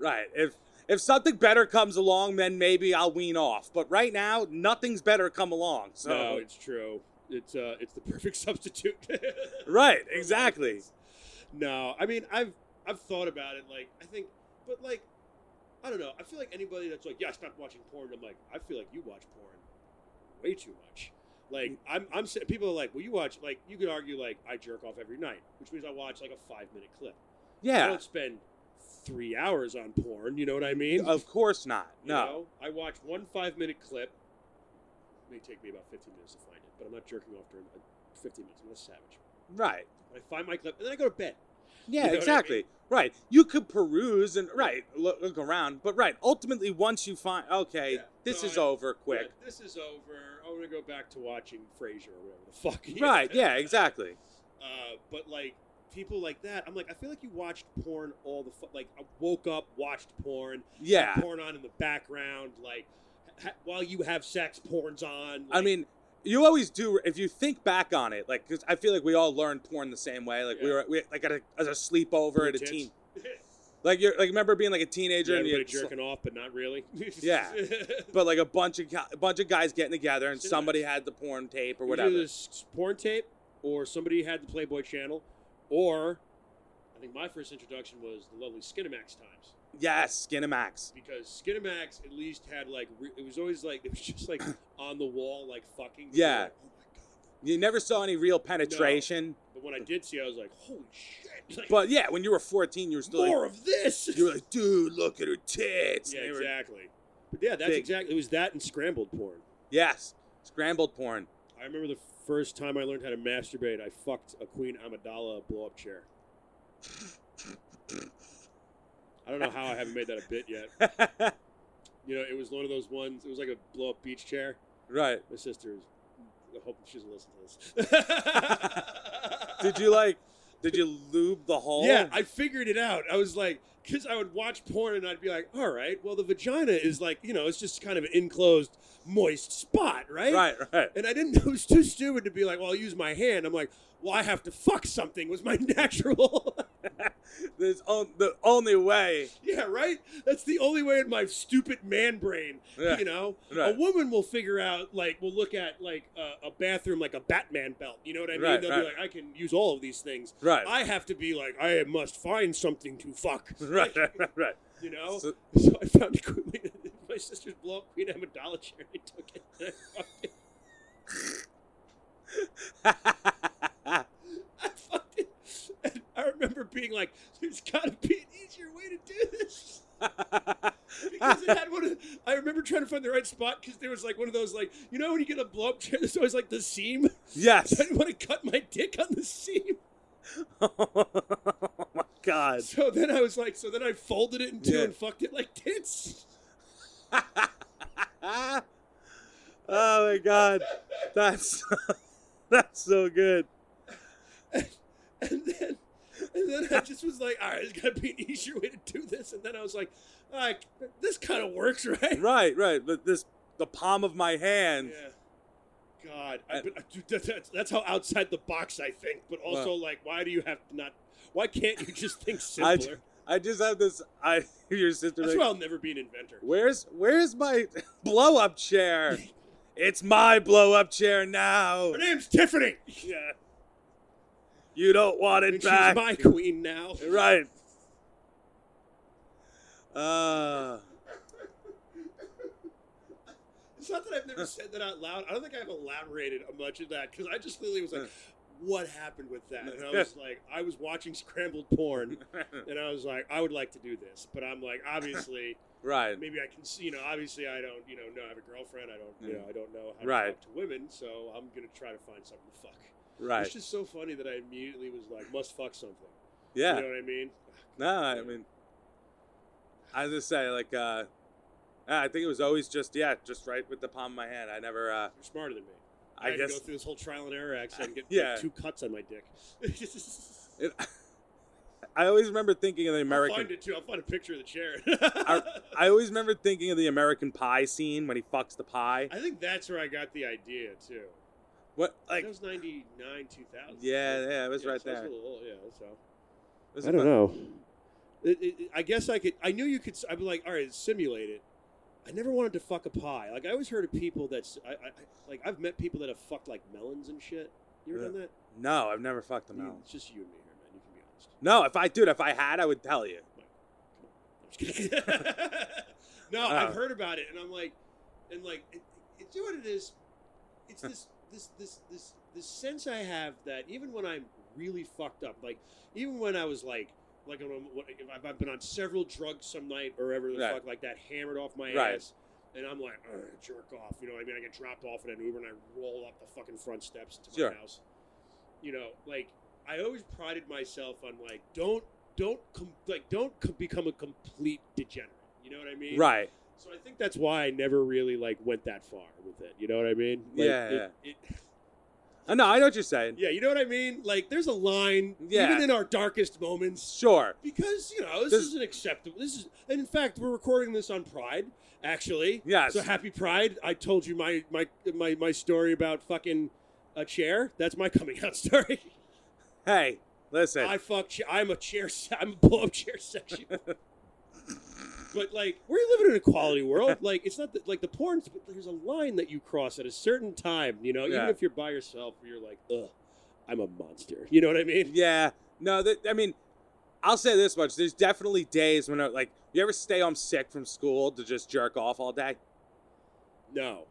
C: right. If if something better comes along, then maybe I'll wean off. But right now, nothing's better come along. So
B: no, it's true. It's uh, it's the perfect substitute.
C: right, exactly.
B: no, I mean, I've I've thought about it. Like, I think, but like, I don't know. I feel like anybody that's like, yeah, I stopped watching porn. I'm like, I feel like you watch porn way too much.
C: Mm.
B: Like, I'm I'm sa- people are like, well, you watch like you could argue like I jerk off every night, which means I watch like a five minute clip. I
C: Yeah.
B: don't spend three hours on porn. You know what I mean?
C: Of course not.
B: You
C: No.
B: know, I watch one five minute clip. It may take me about 15 minutes to find it, but I'm not jerking off during uh, 15 minutes. I'm not a savage.
C: Right.
B: I find my clip, and then I go to bed.
C: Yeah,
B: know what I
C: exactly.
B: mean?
C: Right. You could peruse and right, look, look around, but right, ultimately once you find okay,
B: Yeah.
C: this
B: No,
C: is
B: I-
C: over quick.
B: Yeah, this is over. I'm going to go back to watching Frasier or whatever the fuck. you
C: Right.
B: know?
C: Yeah, exactly.
B: Uh, but, like, people like that, I'm like, I feel like you watched porn all the fu- Like, I woke up, watched porn,
C: Yeah.
B: porn on in the background, like, ha- while you have sex, porn's on.
C: I
B: like-
C: mean, you always do. If you think back on it, like 'cause I feel like we all learned porn the same way. Like we
B: Yeah.
C: were, we, like at a, as a sleepover at a
B: Tits.
C: teen. Like you are like remember being like a teenager and you
B: everybody jerking off, but not really.
C: Yeah. but like a bunch of gu- a bunch of guys getting together and
B: Cinemas.
C: somebody had the porn tape or
B: It was
C: whatever.
B: Either this porn tape, or somebody had the Playboy channel, or I think my first introduction was the lovely Skinamax times
C: Yes, Skinamax.
B: because Skinamax at least had like re- it was always like it was just like on the wall like fucking.
C: Yeah.
B: Like, oh my god.
C: You never saw any real penetration.
B: But when I did see, it, I was like, holy shit! Like,
C: But yeah, when you were 14, you were still
B: more
C: like,
B: of this.
C: you were like, dude, look at her tits.
B: yeah,
C: And they were-
B: exactly. But yeah, that's
C: Big.
B: exactly. It was that and scrambled porn.
C: Yes, scrambled porn.
B: I remember the first time I learned how to masturbate. I fucked a Queen Amidala blow up chair. I don't know how I haven't made that a bit yet. You know, it was one of those ones. It was like a blow up beach chair.
C: right.
B: My sister's. I hope she doesn't listen to this.
C: Did you like? Did you lube the hole?
B: Yeah, I figured it out. I was like, because I would watch porn and I'd be like, all right, well, the vagina is like, you know, it's just kind of an enclosed, moist spot, right?
C: right, right.
B: And I didn't, I was too stupid to be like, well, I'll use my hand. I'm like, well, I have to fuck something was my natural.
C: There's on, the only way.
B: yeah, right? That's the only way in my stupid man brain,
C: Yeah,
B: you know?
C: right.
B: A woman will figure out, like, will look at, like, a a bathroom like a Batman belt. You know what I mean?
C: Right,
B: They'll
C: right.
B: be like, I can use all of these things.
C: Right.
B: I have to be like, I must find something to fuck.
C: right, right, right, right.
B: You know? So,
C: So-
B: I found Queen, my sister's blow up Queen Amidala chair and I took it. And I fucked it. I fucked it. And I remember being like, there's gotta be an easier way to do this. Because it had one of, I remember trying to find the right spot because there was like one of those like, you know when you get a blow up chair, there's always like the seam. So I
C: yes.
B: didn't want to cut my dick on the seam.
C: oh my god.
B: So then I was like, so then I folded it in two
C: Yeah.
B: and fucked it like tits.
C: oh my god. That's that's so good.
B: And then, and then I just was like, all right, there's got to be an easier way to do this. And then I was like, like this kind of works, right?
C: Right, right. But this the palm of my hand.
B: Yeah. God, I,
C: I-
B: but, dude, that, that's, that's how outside the box I think. But also, like, why do you have to not? Why can't you just think
C: I,
B: simpler?
C: ju- I just have this I your sister
B: that's
C: like,
B: why I'll never be an inventor.
C: Where's where's my blow up chair? it's my blow up chair now.
B: Her name's Tiffany.
C: Yeah. You don't want
B: And
C: it
B: she's
C: back.
B: my queen now.
C: Right. Uh
B: It's not that I've never said that out loud. I don't think I've elaborated much of that because I just literally was like, what happened with that? And I was like, I was watching scrambled porn. And I was like, I would like to do this, but I'm like, obviously,
C: right.
B: maybe I can see, you know, obviously I don't, you know, know I have a girlfriend. I don't, you know, I don't know how to
C: Right.
B: talk to women, so I'm gonna try to find something to fuck.
C: Right.
B: It's just so funny that I immediately was like, must fuck something.
C: Yeah.
B: You know what I mean?
C: No, I mean, I was just say like, uh, I think it was always just yeah, just right with the palm of my hand. I never, uh,
B: You're smarter than me.
C: I
B: had to
C: guess
B: go through this whole trial and error act so I can get like,
C: Yeah.
B: two cuts on my dick.
C: it, I always remember thinking of the
B: I'll find
C: American.
B: it too. I'll find a picture of the chair.
C: I always remember thinking of the American Pie scene when he fucks the pie.
B: I think that's where I got the idea too.
C: What
B: Like,
C: like?
B: that was ninety nine, two thousand.
C: Yeah, yeah, it was right
B: so I
C: there.
B: a little old, yeah, so.
C: it was
B: I don't
C: about-
B: know. It, it, it- I guess I could. I knew you could. s- I'd be like, all right, simulate it. I never wanted to fuck a pie. Like I always heard of people that's. I, I I- like I've met people that have fucked like melons and shit. You ever
C: Yeah.
B: done that?
C: No, I've never fucked a
B: You-
C: melon.
B: It's just you and me here, man. You can be honest.
C: No, if I dude, if I had, I would tell you.
B: I'm just kidding. no, I've
C: Oh.
B: heard about it, and I'm like, and like, it, it's you know what it is. It's this, this, this, this, this sense I have that even when I'm really fucked up, like even when I was like, like when I'm- when- if I've- I've been on several drugs some night or ever the
C: Right.
B: fuck like that, hammered off my
C: Right.
B: ass. And I'm like, "Ugh, jerk off. You know what I mean? I get dropped off in an Uber and I roll up the fucking front steps to my
C: Sure.
B: house. You know, like I always prided myself on like don't don't com- like don't com- become a complete degenerate. You know what I mean?
C: Right.
B: So I think that's why I never really like went that far with it. You know what I mean? Like,
C: Yeah,
B: it- it-
C: Uh, No, I know what you're saying.
B: yeah. You know what I mean? Like there's a line
C: Yeah.
B: even in our darkest moments
C: Sure.
B: because you know this,
C: This-
B: isn't acceptable. This is, and in fact, we're recording this on Pride, actually.
C: Yes.
B: So happy Pride! I told you my my my my story about fucking a chair. That's my coming out story.
C: Hey, listen.
B: I fuck. cha- I'm a chair. se- I'm a blow up chair section. but like, we're living in a quality world. Like, it's not that like the porn. But there's a line that you cross at a certain time. You know, even
C: Yeah.
B: if you're by yourself, you're like, ugh, I'm a monster. You know what I mean?
C: Yeah. No, that I mean, I'll say this much: there's definitely days when, I, like, you ever stay home sick from school to just jerk off all day,
B: No,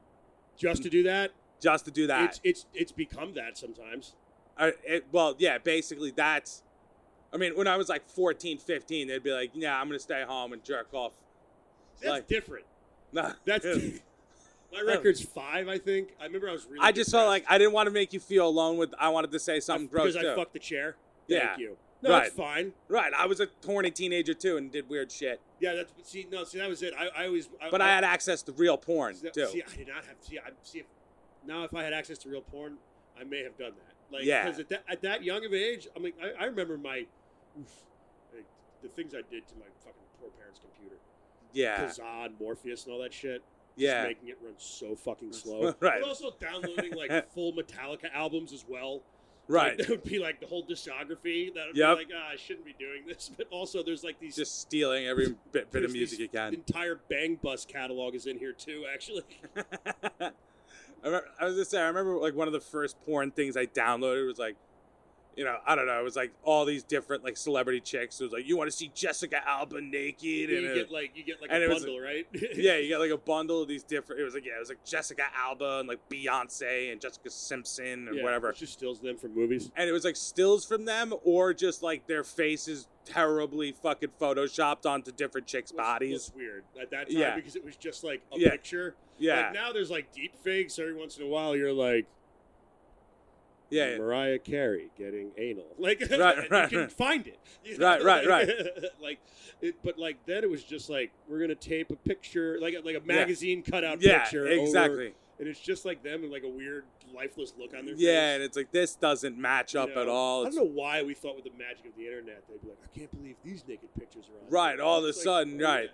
B: just to do that.
C: just to do that.
B: It's it's it's become that sometimes.
C: I, it, well, yeah, basically that's. I mean, when I was like 14, 15, they'd be like, "Yeah, I'm gonna stay home and jerk off."
B: That's
C: Like-
B: different.
C: No,
B: That's my record's five. I think I remember I was really.
C: I just felt like
B: depressed.
C: I didn't want to make you feel alone. With I wanted to say something gross
B: because
C: too.
B: I fucked the chair. Thank
C: Yeah.
B: you. No,
C: Right.
B: it's fine.
C: right, I was a horny teenager too and did weird shit,
B: Yeah, that's see. No, see that was it. I, I always.
C: but I had access to real porn
B: see,
C: too.
B: See, I did not have. See, I see. If, now, if I had access to real porn, I may have done that. Like,
C: Yeah.
B: Because at that at that young of age, I'm like, I, I remember my, oof, like, the things I did to my fucking poor parents' computer,
C: yeah,
B: Kazan, Morpheus, and all that shit.
C: yeah.
B: Just making it run so fucking slow.
C: Right.
B: But also downloading like full Metallica albums as well. Like,
C: Right.
B: that would be like the whole discography. That would
C: Yep.
B: be like, ah, I shouldn't be doing this. But also, there's like these
C: Just stealing every bit, bit
B: There's
C: of music
B: these-
C: you can.
B: entire Bang Bus catalog is in here too. Actually,
C: I, remember, I was gonna say, I remember like one of the first porn things I downloaded was like, you know, I don't know, it was like all these different like celebrity chicks. It was like, you want to see Jessica Alba naked, and
B: you
C: it-
B: get like you get like
C: and
B: a
C: it was-
B: bundle, right?
C: yeah, you got like a bundle of these different. It was like yeah, it was like Jessica Alba and like Beyonce and Jessica Simpson and
B: Yeah,
C: whatever.
B: She steals them from movies.
C: And it was like stills from them or just like their faces terribly fucking photoshopped onto different chicks'
B: Looks-
C: bodies.
B: looks weird at that time
C: Yeah.
B: because it was just like a
C: Yeah.
B: picture.
C: Yeah,
B: Like now there's like deep fakes. Every once in a while, you're like,
C: yeah, yeah.
B: Mariah Carey getting anal. Like,
C: Right, right,
B: you can
C: right.
B: find it. you
C: Right, right,
B: like, like, it, but like then it was just like we're gonna tape a picture, like a- like a magazine cutout
C: Yeah,
B: picture, over-
C: exactly.
B: and it's just like them and like a weird lifeless look on their
C: Yeah,
B: face.
C: and it's like this doesn't match
B: You
C: up at
B: know,
C: all.
B: I
C: It's-
B: don't know why we thought with the magic of the internet they'd be like, I can't believe these naked pictures are on.
C: Right,
B: there."
C: all of a
B: It's like,
C: sudden,
B: oh, yeah.
C: right.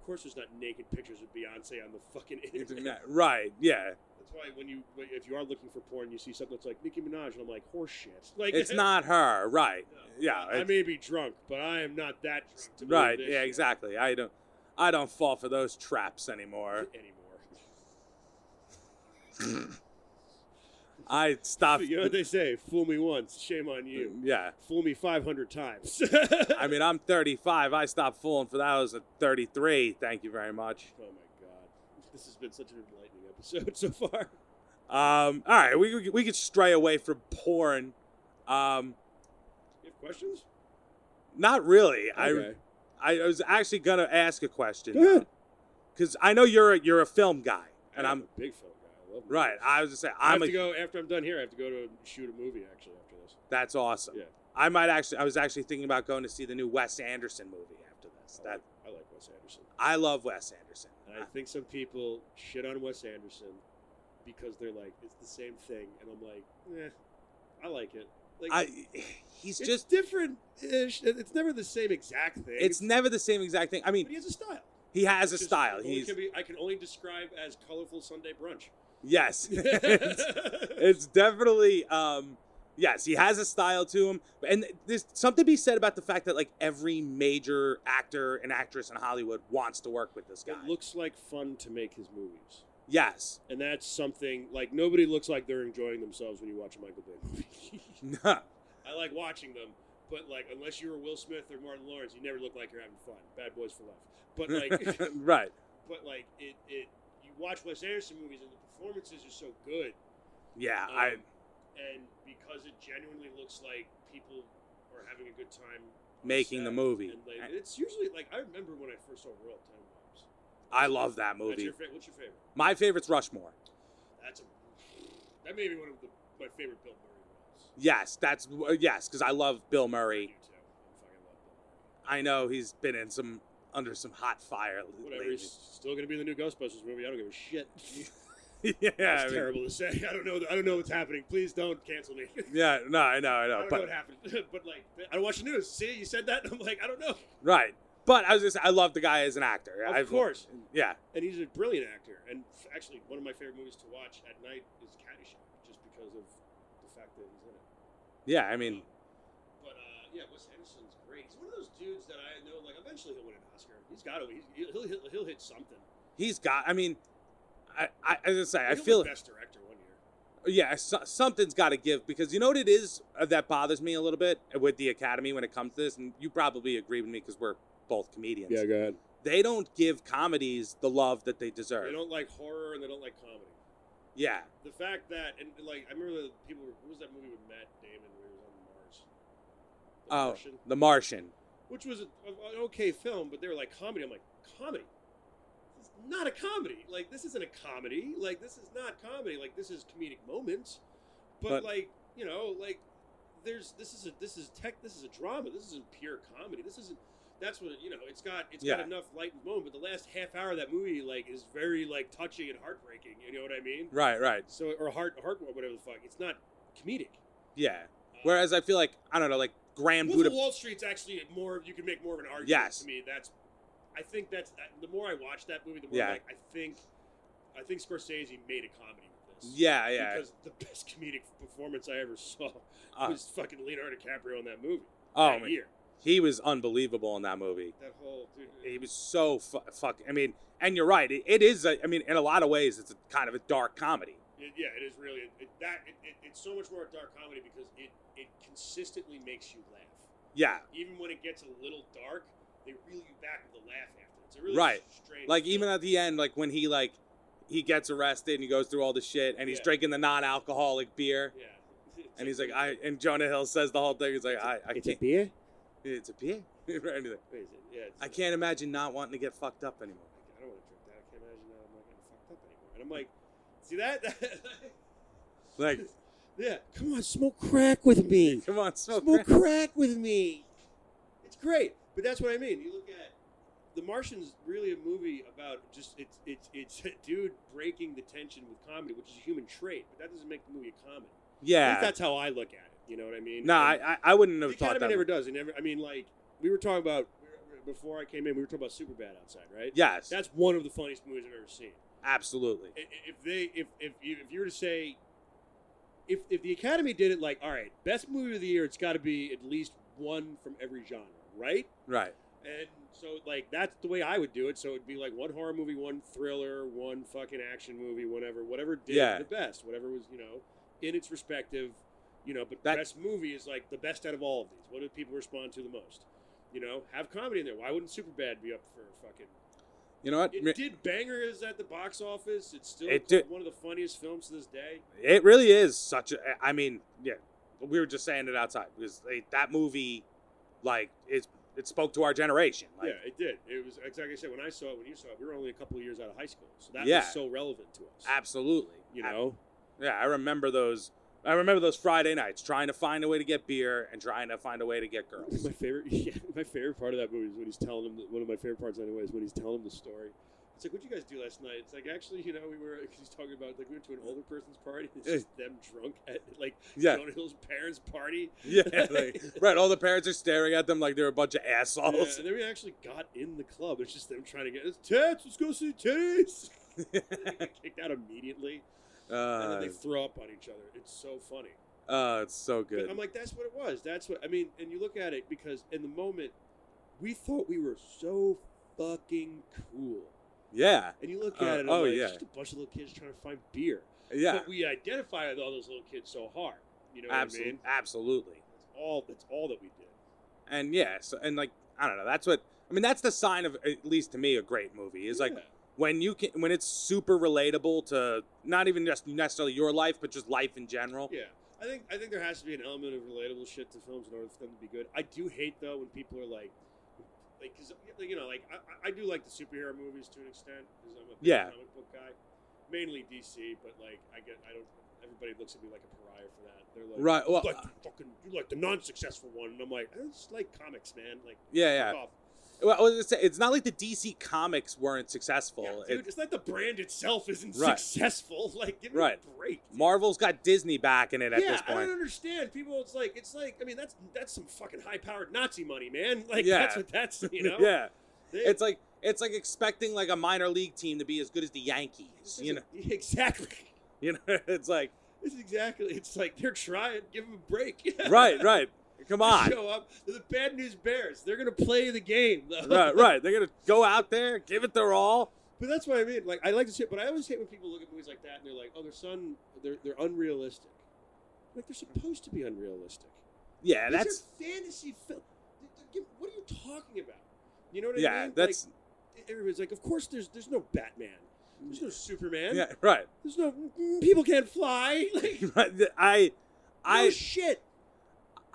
B: Of course, there's not naked pictures of Beyonce on the fucking
C: It's
B: internet.
C: not- right, yeah.
B: That's why when you if you are looking for porn, you see something that's like Nicki Minaj, and I'm like, horseshit. Like
C: It's not her, right.
B: No.
C: Yeah.
B: I
C: it's-
B: may be drunk, but I am not that drunk. To believe
C: right,
B: this
C: yeah,
B: shit
C: exactly. I don't I don't fall for those traps anymore.
B: Anymore.
C: I stopped
B: you know what they say: fool me once, shame on you.
C: Yeah.
B: Fool me five hundred times. Oh
C: I mean, I'm 35. I stopped fooling for that. I was at 33. Thank you very much.
B: Oh my god, this has been such an enlightening episode so far.
C: Um, all right, we we- we could stray away from porn. Um,
B: You have questions?
C: not really.
B: Okay.
C: I I was actually gonna ask a question.
B: Go ahead.
C: Because I know you're a, you're a film guy, and
B: I
C: I'm
B: am a big film guy. I love
C: right.
B: movies.
C: I was just saying,
B: I
C: I'm
B: have
C: a
B: to go after I'm done here. I have to go to shoot a movie actually after this.
C: That's awesome.
B: Yeah.
C: I might actually. I was actually thinking about going to see the new Wes Anderson movie after this.
B: I
C: That
B: like, I like Wes Anderson,
C: I love Wes Anderson.
B: and I think some people shit on Wes Anderson because they're like it's the same thing, and I'm like, eh, I like it. Like,
C: I, he's
B: it's
C: just.
B: different. Ish. It's never the same exact thing.
C: It's never the same exact thing. I
B: but
C: mean,
B: he has a style.
C: he has a
B: Just-
C: style.
B: only
C: He's
B: can be- I can only describe as colorful Sunday brunch.
C: yes. it's, it's definitely. Um, yes, he has a style to him, and there's something to be said about the fact that like every major actor and actress in Hollywood wants to work with this guy.
B: it looks like fun to make his movies,
C: yes.
B: and that's something like nobody looks like they're enjoying themselves when you watch a Michael Bay movie. I like watching them, but like unless you were Will Smith or Martin Lawrence, you never look like you're having fun. Bad Boys for Life. But like,
C: right.
B: but like it, it. You watch Wes Anderson movies, and the performances are so good.
C: Yeah.
B: Um,
C: I
B: and because it genuinely looks like people are having a good time on
C: Making
B: set,
C: the movie.
B: and, like, it's usually like I remember when I first saw Royal Tenenbaums.
C: I love
B: That's
C: that movie.
B: your fa- what's your favorite?
C: My favorite's Rushmore.
B: That's a that may be one of the, my favorite Bill Murray roles.
C: Yes, that's yes, because I love Bill
B: I do
C: Murray.
B: too. I fucking love Bill Murray.
C: I know he's been in some under some hot fire l-
B: Whatever,
C: lately.
B: he's still gonna be in the new Ghostbusters movie. I don't give a shit.
C: yeah,
B: That's
C: I mean-
B: terrible to say. I don't know. I don't know what's happening. Please don't cancel me.
C: yeah. No, I know, I
B: I
C: know,
B: don't know
C: but
B: what happened. but like, I watch the news. See, you said that, and I'm like, I don't know.
C: right. But I was just I love the guy as an actor.
B: Of
C: I've-
B: course.
C: Yeah.
B: and he's a brilliant actor. And f- actually, one of my favorite movies to watch at night is Caddyshack, just because of the fact that he's in it.
C: Yeah. I mean,
B: But uh, yeah, Wes Anderson's great. He's one of those dudes that I know. Like, eventually he'll win an Oscar. He's got to. He'll, he'll he'll he'll hit something.
C: he's got. I mean, I I, I just say I
B: He'll
C: feel
B: win best director one year.
C: yeah, so, something's got to give because you know what it is that bothers me a little bit with the academy when it comes to this, and you probably agree with me because we're both comedians.
B: Yeah, go ahead.
C: They don't give comedies the love that they deserve.
B: They don't like horror and they don't like comedy.
C: yeah,
B: The fact that, and like, I remember the people. Were, what was that movie with Matt Damon where he was on Mars? The
C: Oh.
B: Martian?
C: The Martian.
B: which was a, a- an okay film, but they were like comedy. I'm like comedy. This is not a comedy. Like this isn't a comedy. Like this is not comedy. Like this is comedic moments, but,
C: But-
B: like you know, like there's this is a this is tech. This is a drama. This isn't pure comedy. This isn't. That's what it- you know. It's got it's
C: Yeah.
B: got enough light and moment, but the last half hour of that movie like is very like touching and heartbreaking. You know what I mean?
C: Right, right.
B: So or heart heart whatever the fuck. It's not comedic.
C: Yeah. Whereas I feel like I don't know, like Grand
B: Wolf
C: Buddha.
B: of Wall Street's actually more. You can make more of an argument
C: Yes.
B: to me. That's, I think that's uh, the more I watch that movie, the more
C: Yeah.
B: I'm like I think, I think Scorsese made a comedy with this.
C: Yeah, yeah.
B: Because the best comedic performance I ever saw
C: Uh,
B: was fucking Leonardo DiCaprio in that movie.
C: oh,
B: that
C: man.
B: year.
C: he was unbelievable in that movie.
B: That whole dude.
C: He was so fu- fuck. I mean, and you're right. It, it is. A, I mean, in a lot of ways, it's a, kind of a dark comedy.
B: it- yeah, it is really it, it- that. It, it, it's so much more a dark comedy because it it consistently makes you laugh,
C: Yeah.
B: even when it gets a little dark. They reel you back with a laugh after. It's a really
C: Right.
B: strange.
C: Like
B: film.
C: even at the end, like when he like he gets arrested and he goes through all the shit and he's
B: Yeah.
C: drinking the non-alcoholic beer
B: yeah.
C: and he's like I and Jonah Hill says the whole thing. He's like I I can't.
B: beer.
C: It's a beer. Or anything.
B: What is it? Yeah, it's-
C: I can't imagine not wanting to get fucked up anymore.
B: I don't want to drink that. I can't imagine that I'm not getting fucked up anymore. And I'm like, see that?
C: Like,
B: yeah. Come on, smoke crack with me.
C: come on, smoke.
B: Smoke
C: crack.
B: crack with me. It's great, but that's what I mean. You look at The Martian's really a movie about just it's it's it's a dude breaking the tension with comedy, which is a human trait, but that doesn't make the movie a comedy. At least
C: Yeah.
B: that's how I look at it. You know what I mean?
C: No,
B: And-
C: I, I I wouldn't have
B: the
C: thought
B: Academy
C: that.
B: never does. It never. I mean, like we were talking about we were- before I came in. We were talking about Superbad outside, right?
C: Yes,
B: That's one of the funniest movies I've ever seen.
C: absolutely.
B: I- i- If they, if if you, if you were to say, if if the Academy did it, like, all right, best movie of the year, it's got to be at least one from every genre, right?
C: Right.
B: And so, like, that's the way I would do it. So it'd be like one horror movie, one thriller, one fucking action movie, whatever, whatever did
C: Yeah.
B: the best, whatever was, you know, in its respective, you know, but
C: That-
B: best movie is like the best out of all of these. What do people respond to the most? You know, have comedy in there. Why wouldn't Superbad be up for fucking?
C: You know what?
B: It
C: It,
B: did bangers at the box office. It's still
C: It did-
B: one of the funniest films to this day.
C: really is such a. I mean, yeah. We were just saying it outside because like, that movie, like, it's it spoke to our generation. Like,
B: yeah, it did. It was exactly like I said when I saw it. When you saw it, we were only a couple of years out of high school, so that
C: Yeah.
B: was so relevant to us.
C: absolutely.
B: you
C: I-
B: know,
C: yeah, I remember those. I remember those Friday nights trying to find a way to get beer and trying to find a way to get girls.
B: My favorite, yeah, my favorite part of that movie is when he's telling him. One of my favorite parts, anyway, is when he's telling him the story. It's like, what'd you guys do last night? It's like, actually, you know, we were. Cause he's talking about like we went to an older person's party. It's just them drunk at like
C: Yeah.
B: Jonah Hill's parents' party.
C: yeah, like, right. All the parents are staring at them like they're a bunch of
B: Yeah,
C: assholes.
B: and then we actually got in the club. It's just them trying to get tits. Let's go see titties. And they get kicked out immediately, and then
C: Uh,
B: they throw up on each other. It's so funny.
C: uh, it's so
B: But
C: good.
B: I'm like, that's what it was. That's what I mean. And you look at it because in the moment, we thought we were so fucking cool.
C: yeah,
B: And you look
C: Uh,
B: at it, and
C: oh,
B: oh like,
C: yeah.
B: it's just a bunch of little kids trying to find beer.
C: yeah,
B: But we identify with all those little kids so hard. You know what
C: absolutely,
B: I mean?
C: absolutely.
B: That's all. That's all that we did.
C: and yeah, so, and like I don't know, that's what I mean. That's the sign of at least to me a great movie is like
B: Yeah.
C: when you can when it's super relatable to not even just necessarily your life, but just life in general.
B: Yeah, I think I think there has to be an element of relatable shit to films in order for them to be good. I do hate though when people are like, like because you know, like I- I, I do like the superhero movies to an extent because I'm a big
C: Yeah.
B: comic book guy, mainly DC. But like I get I don't. Everybody looks at me like a pariah for that. They're like,
C: Right. Well,
B: "You like the fucking, you like the non-successful one, and I'm like, I just like comics, man. Like,
C: yeah,
B: fuck
C: yeah.
B: off.
C: Well, I was gonna say, it's not like the DC comics weren't successful.
B: Yeah, dude,
C: It-
B: it's not the brand itself isn't
C: Right.
B: successful. Like, give me
C: Right.
B: a break. dude.
C: Marvel's got Disney back in it at
B: yeah,
C: this
B: I
C: point.
B: don't understand. People, it's like, it's like, I mean, that's that's some fucking high powered Nazi money, man. Like,
C: Yeah.
B: that's what that's, you know?
C: yeah,
B: They-
C: it's like it's like expecting like a minor league team to be as good as the Yankees.
B: this is-
C: You know,
B: Exactly.
C: you know, it's like
B: This is exactly, it's like they're trying, give them a break.
C: right, right. Come
B: They
C: on,
B: Show up. They're the bad news bears. They're going to play the game. though.
C: right, right. They're gonna go out there, give it their all.
B: But that's what I mean. Like I like to shit, but I always hate when people look at movies like that and they're like, "Oh, they're son, they're they're unrealistic." Like they're supposed to be unrealistic.
C: Yeah,
B: These are
C: that's
B: fantasy film. What are you talking about? You know what I mean?
C: yeah,
B: Like, e,
C: that's
B: everybody's like, "Of course, there's there's no Batman, there's no Superman,
C: yeah, right.
B: there's no mm, people can't fly." Like, no
C: I, I,
B: shit.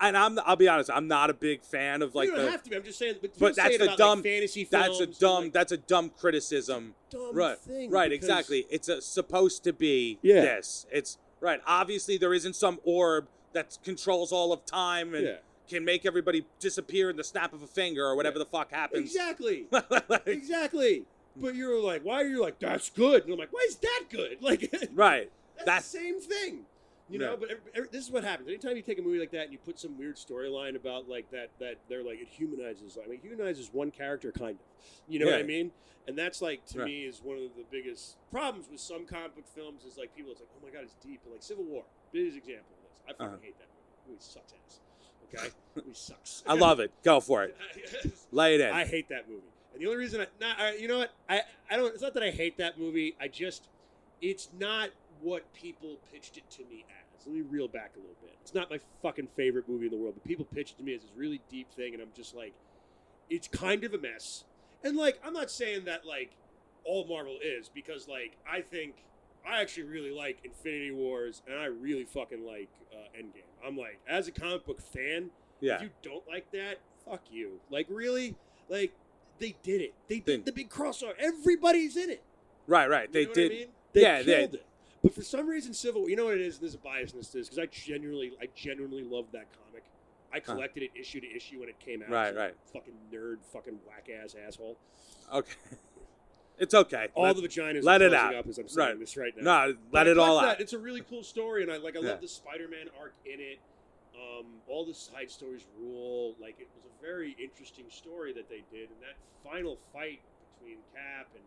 C: and I'm. I'll be honest. I'm not a big fan of like
B: you don't
C: the.
B: have to be. I'm just saying. But, people
C: but
B: say
C: that's
B: it
C: the
B: about,
C: dumb-
B: Like, fantasy
C: That's a
B: films and,
C: dumb.
B: like,
C: that's a dumb criticism.
B: dumb
C: right.
B: thing.
C: right.
B: because-
C: Exactly. It's a, supposed to be
B: Yeah.
C: this. It's right. Obviously, there isn't some orb that controls all of time and
B: Yeah.
C: can make everybody disappear in the snap of a finger or whatever
B: Yeah.
C: the fuck happens.
B: Exactly.
C: Like,
B: exactly. But you're like, why are you like that's good? And I'm like, why is that good? Like that's,
C: right.
B: the
C: That's-
B: same thing, you know.
C: Yeah.
B: But every, every- this is what happens. Anytime you take a movie like that and you put some weird storyline about like that, that they're like it humanizes. I mean, it humanizes one character kind of. You know what I
C: Yeah.
B: mean? And that's like to
C: Right.
B: me is one of the biggest problems with some comic book films is like people. It's like, oh my god, it's deep. Like Civil War, biggest example of this. I fucking
C: Uh-huh.
B: hate that movie. It sucks ass. Okay, it sucks.
C: I love it. Go for it. Lay it in.
B: I hate that movie. And the only reason I not I, you know what I I don't it's not that I hate that movie. I just it's not what people pitched it to me as. Let me reel back a little bit. It's not my fucking favorite movie in the world, but people pitched it to me as this really deep thing, and I'm just like, it's kind of a mess. And like, I'm not saying that like all Marvel is because like I think I actually really like Infinity Wars, and I really fucking like uh, Endgame. I'm like, as a comic book fan,
C: yeah.
B: if you don't like that, fuck you. Like really, like they did it. They
C: Then-
B: did the big crossover. Everybody's in it.
C: right. Right.
B: You
C: They
B: know what
C: did.
B: I mean? They
C: yeah, they-
B: killed it. But for some reason, Civil. War- You know what it is? There's a biasness to this because I genuinely, I genuinely loved that comic. I
C: Huh.
B: collected it issue to issue when it came out.
C: Right,
B: so I'm a
C: right.
B: Fucking nerd, fucking whack ass asshole.
C: Okay. It's okay.
B: All
C: Let-
B: the vaginas
C: let
B: are
C: it
B: closing
C: out.
B: up as I'm saying
C: Right.
B: this right now.
C: no,
B: But
C: let
B: I
C: it all
B: collect
C: out.
B: that. It's a really cool story, and I like. I
C: Yeah.
B: love the Spider-Man arc in it. Um, all the side stories rule. Like it was a very interesting story that they did, and that final fight between Cap and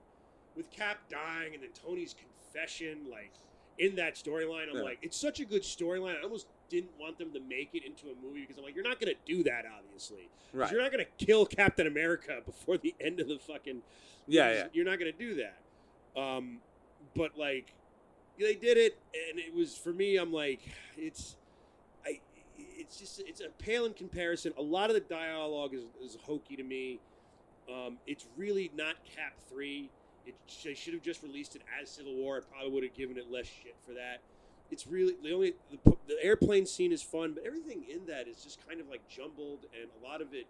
B: with Cap dying, and then Tony's confession. Like in that storyline, I'm
C: Yeah.
B: like, it's such a good storyline. I almost didn't want them to make it into a movie because I'm like, you're not gonna do that, obviously. 'Cause
C: Right.
B: You're not gonna kill Captain America before the end of the fucking
C: Yeah.
B: you're
C: Yeah.
B: just- You're not going to do that. Um, but like, they did it, and it was for me. I'm like, it's, I, it's just it's a pale in comparison. A lot of the dialogue is, is hokey to me. Um, it's really not Cap three. It sh- they should have just released it as Civil War. I probably would have given it less shit for that. It's really the only the, p- the airplane scene is fun, but everything in that is just kind of like jumbled, and a lot of it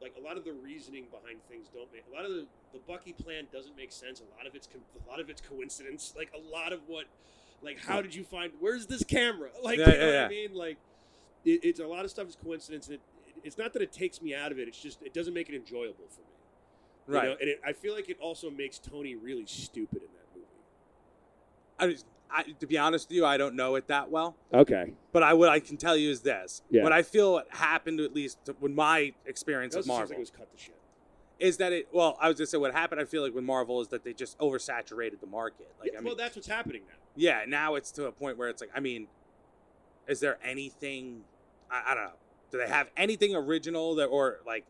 B: like a lot of the reasoning behind things don't make a lot of the, the Bucky plan doesn't make sense. A lot of it's con- a lot of it's coincidence. Like a lot of what, like how did you find? Where's this camera? Like
C: Yeah,
B: you know
C: yeah,
B: what I mean? Like it, it's a lot of stuff is coincidence. And it, it's not that it takes me out of it. It's just it doesn't make it enjoyable for me. You
C: Right.
B: know, And it, I feel like it also makes Tony really stupid in that movie.
C: I, just- I, to be honest with you, I don't know it that well.
B: Okay.
C: But I, what I can tell you is this:
B: Yeah.
C: what I feel happened, at least to- with my
B: It
C: experience of
B: also seems
C: Marvel,
B: like it was cut to shit.
C: is that it. Well, I was gonna say what happened. I feel like with Marvel is that they just oversaturated the market. Like,
B: Yeah,
C: I mean,
B: well, that's what's happening now.
C: yeah, now it's to a point where it's like, I mean, is there anything? I, I don't know. Do they have anything original that or like?
B: I-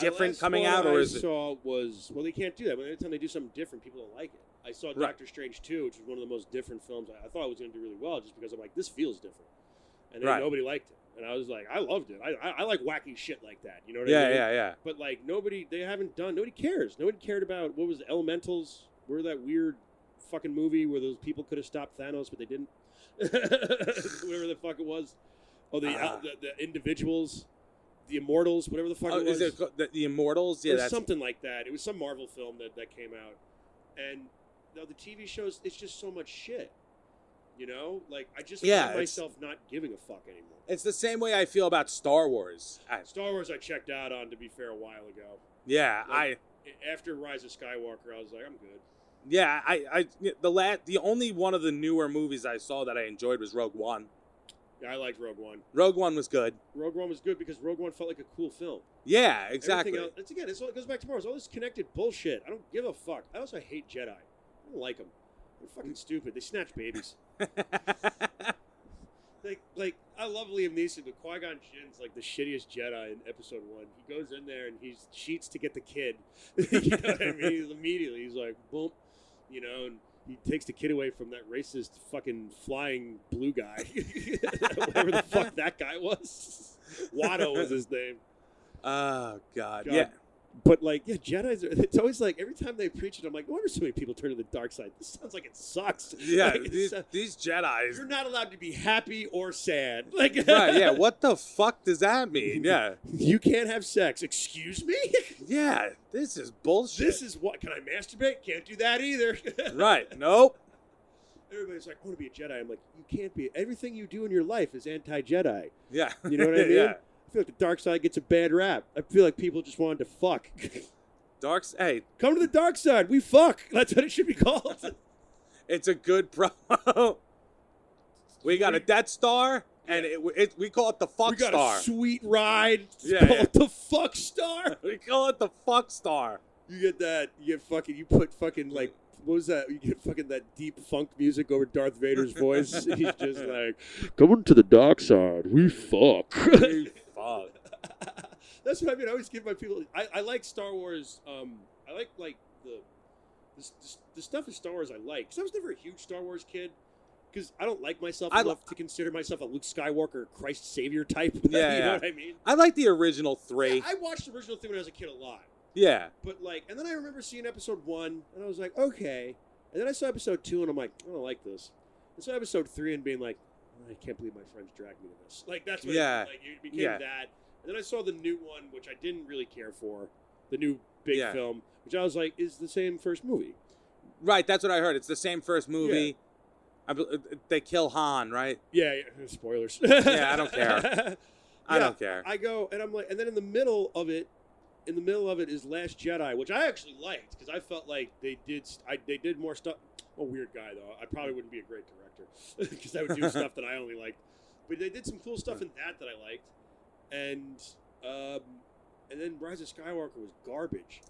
C: Different
B: last
C: coming
B: one
C: out, or
B: I
C: is it-
B: saw was well, they can't do that. But every time they do something different, people don't like it. I saw
C: Right.
B: Doctor Strange two, which was one of the most different films. I, I thought it was going to do really well, just because I'm like, this feels different, and then
C: Right.
B: nobody liked it. And I was like, I loved it. I, I, I like wacky shit like that. You know what I
C: Yeah,
B: mean?
C: yeah, yeah.
B: But like nobody, they haven't done. Nobody cares. Nobody cared about what was the Elementals. Where that weird fucking movie where those people could have stopped Thanos, but they didn't. whatever the fuck it was. Oh, the,
C: Ah.
B: the the individuals, the immortals, whatever the fuck
C: Oh,
B: it was.
C: is it co- the, the Immortals? Yeah,
B: It was
C: that's
B: something like that. It was some Marvel film that, that came out, and now the TV shows. It's just so much shit. You know, like I just
C: Yeah,
B: find
C: it's-
B: myself not giving a fuck anymore.
C: It's the same way I feel about Star Wars. I,
B: Star Wars, I checked out on. To be fair, a while ago.
C: yeah, I
B: Like- After Rise of Skywalker, I was like, I'm good.
C: yeah, I, I the la- the only one of the newer movies I saw that I enjoyed was Rogue One.
B: Yeah, I liked Rogue One.
C: Rogue One was good.
B: Rogue One was good because Rogue One felt like a cool film.
C: Yeah,
B: Everything
C: exactly.
B: Else, it's again, it's all, it goes back to Mars. All this connected bullshit. I don't give a fuck. I also hate Jedi. I don't like them. They're fucking stupid. They snatch babies. like like I love Liam Neeson, but Qui Gon Jinn's like the shittiest Jedi in Episode One. He goes in there and he cheats to get the kid. you know what I mean? He's- immediately, he's like, boom. you know, and he takes the kid away from that racist fucking flying blue guy, whatever the fuck that guy was. Watto was his name.
C: Oh
B: God.
C: God. Yeah.
B: But like, yeah, Jedi's. Are, it's always like every time they preach it, I'm like, I wonder so many people turn to the dark side. This sounds like it sucks.
C: Yeah.
B: Like, it
C: these,
B: sounds-
C: these Jedi's.
B: you're not allowed to be happy or sad. Like,
C: right. Yeah. What the fuck does that mean? Yeah.
B: you can't have sex. Excuse me.
C: Yeah. This is bullshit.
B: This is what? Can I masturbate? Can't do that either.
C: right. Nope.
B: Everybody's like, I want to be a Jedi. I'm like, you can't be. Everything you do in your life is anti-Jedi.
C: Yeah.
B: You know what I mean?
C: yeah.
B: I feel like the dark side gets a bad rap. I feel like people just wanted to fuck.
C: Darks. Hey,
B: Come to the dark side. We fuck. That's what it should be called.
C: it's a good promo. we got a Death Star, and it, it, we call it the Fuck
B: we got
C: Star.
B: a sweet ride. It's
C: Yeah,
B: called
C: yeah.
B: the fuck star.
C: we call it the Fuck Star.
B: You get that. You get fucking. You put fucking like. What was that? You get fucking that deep funk music over Darth Vader's voice. He's just like,
D: Coming to the dark side, we fuck.
C: You fuck.
B: That's what I mean. I always give my people. I, I like Star Wars. Um, I like like the this, this, the stuff in Star Wars I like. Because I was never a huge Star Wars kid. Because I don't like myself
C: I
B: enough to consider myself a Luke Skywalker, Christ Savior type.
C: Yeah,
B: you
C: yeah.
B: know what I mean.
C: I like the original three.
B: Yeah, I watched the original thing when I was a kid a lot,
C: Yeah.
B: but like, and then I remember seeing episode one, and I was like, okay. And then I saw episode two, and I'm like, I don't like this. And so episode three, and being like, I can't believe my friends dragged me to this. Like that's what
C: Yeah.
B: it, like it became
C: Yeah.
B: that. And then I saw the new one, which I didn't really care for, the new big
C: Yeah.
B: film, which I was like, is the same first movie.
C: Right. That's what I heard. It's the same first movie. I bel uh, they kill Han, right?
B: Yeah, yeah spoilers.
C: Yeah, I don't care. I
B: Yeah.
C: don't care.
B: I go and I'm like, and then in the middle of it, in the middle of it is Last Jedi, which I actually liked because I felt like they did, st- I, they did more stuff. I'm a weird guy though. I probably wouldn't be a great director because I would do stuff that I only liked. But they did some cool stuff in that that I liked, and um, and then Rise of Skywalker was garbage.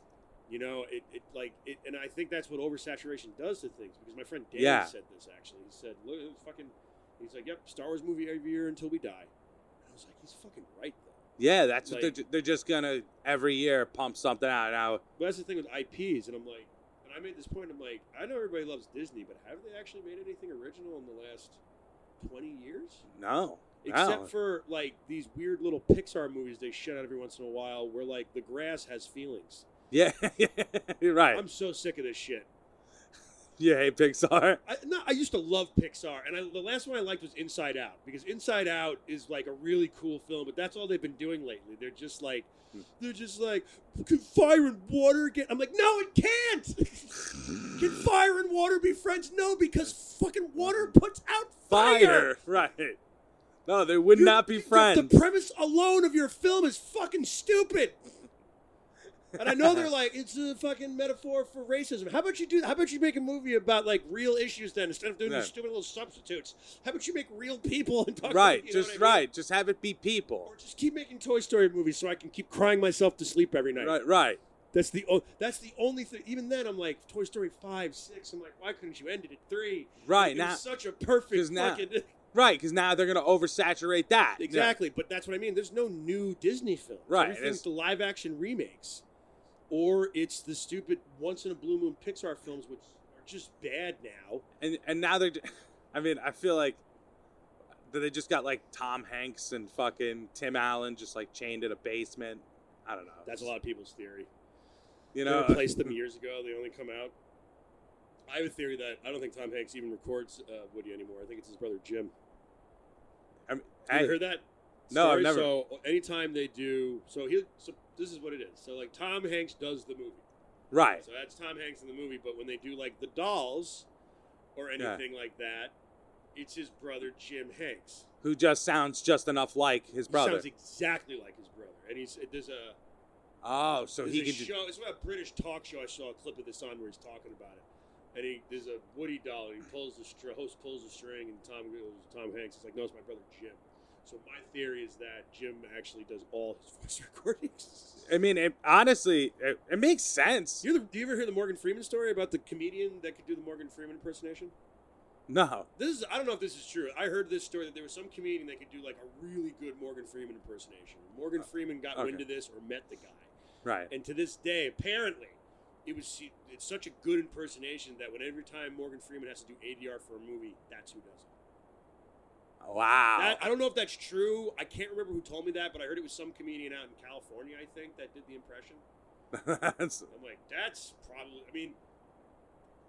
B: You know, it, it like it, and I think that's what oversaturation does to things. Because my friend Dan
C: Yeah.
B: said this actually. He said, "Look, it was fucking." He's like, "Yep, Star Wars movie every year until we die." And I was like, "He's fucking right though."
C: yeah, that's what
B: like-
C: they're, ju- they're just gonna every year pump something out. Now,
B: But that's the thing with IPs, and I'm like, and I made this point. I'm like, I know everybody loves Disney, but have they actually made anything original in the last twenty years?
C: no,
B: Except
C: no.
B: for like these weird little Pixar movies they shut out every once in a while, where like the grass has feelings.
C: yeah, you're right.
B: I'm so sick of this shit.
C: Yeah, hey Pixar.
B: I, no, I used to love Pixar, and I, the last one I liked was Inside Out because Inside Out is like a really cool film, but that's all they've been doing lately. They're just like,
C: Hmm.
B: they're just like, can fire and water get? I'm like, no, it can't. can fire and water be friends? No, because fucking water puts out fire.
C: Fire, right? No, they would
B: You-
C: not be
B: the-
C: friends.
B: The premise alone of your film is fucking stupid. And I know they're like, it's a fucking metaphor for racism. How about you do? How about you make a movie about like real issues then, instead of doing
C: Yeah.
B: these stupid little substitutes? How about you make real people and talk?
C: right,
B: you know
C: just
B: what I mean?
C: right. Just have it be people.
B: Or just keep making Toy Story movies so I can keep crying myself to sleep every night.
C: Right, right.
B: That's the o- that's the only thing. Even then, I'm like Toy Story five, six. I'm like, why couldn't you end it at three?
C: Right,
B: It
C: now-
B: was such a
C: 'cause
B: perfect
C: now-
B: fucking
C: Right, because now they're gonna oversaturate that. Yeah.
B: Exactly, but that's what I mean. There's no new Disney films.
C: Right,
B: Everything's
C: it's-
B: the live action remakes, or it's the stupid once in a blue moon Pixar films, which are just bad now.
C: and and now they're. I mean, I feel like that they just got like Tom Hanks and fucking Tim Allen just like chained in a basement. I don't know.
B: That's a lot of people's theory.
C: You
B: they
C: know, uh,
B: replaced them years ago. They only come out. I have a theory that I don't think Tom Hanks even records uh, Woody anymore. I think it's his brother Jim.
C: I mean,
B: You ever
C: hey,
B: heard that?
C: No, I've
B: story?
C: never.
B: So anytime they do, so he, so this is what it is. So like Tom Hanks does the movie.
C: right.
B: So that's Tom Hanks in the movie, but when they do like the dolls or
C: Yeah.
B: anything like that, it's his brother Jim Hanks.
C: Who just sounds just enough like his
B: He
C: brother.
B: sounds exactly like his brother, and he's it- there's a
C: oh, so
B: there's
C: he
B: a
C: could. ju-
B: show. It's about a British talk show. I saw a clip of this on where he's talking about it, and he there's a Woody doll, and he pulls the str- host pulls the string, and Tom goes, Tom Hanks is like, no, it's my brother Jim. So my theory is that Jim actually does all his voice recordings.
C: I mean, it, honestly, it, it makes sense.
B: You ever, do you ever hear the Morgan Freeman story about the comedian that could do the Morgan Freeman impersonation?
C: No.
B: This is I don't know if this is true. I heard this story that there was some comedian that could do like a really good Morgan Freeman impersonation. Morgan Freeman got
C: okay.
B: wind of this or met the guy.
C: Right.
B: And to this day, apparently, it was she- it's such a good impersonation that when every time Morgan Freeman has to do ADR for a movie, that's who does it.
C: Wow.
B: That, I don't know if that's true. I can't remember who told me that, but I heard it was some comedian out in California, I think, that did the impression.
C: that's,
B: I'm like, that's probably. I mean,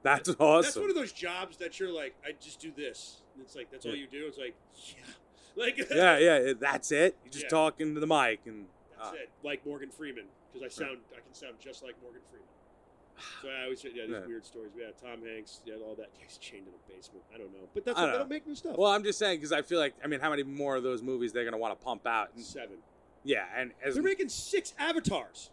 C: that's
B: that's
C: awesome.
B: one of those jobs that you're like, I just do this. And it's like that's all
C: Yeah.
B: you do. It's like, yeah, like
C: yeah, yeah. That's it. You just
B: Yeah.
C: talk into the mic and.
B: That's
C: uh,
B: it. Like Morgan Freeman, because I sound I can sound just like Morgan Freeman. So I always say, yeah, these
C: Yeah.
B: weird stories. Yeah, Tom Hanks, yeah, all that. He's chained in a basement. I don't know, but that's
C: I
B: what
C: don't
B: they
C: know.
B: don't make new stuff.
C: Well, I'm just saying because I feel like I mean, how many more of those movies they're gonna want to pump out? And-
B: Seven.
C: yeah, and as
B: They're
C: they're
B: making six avatars.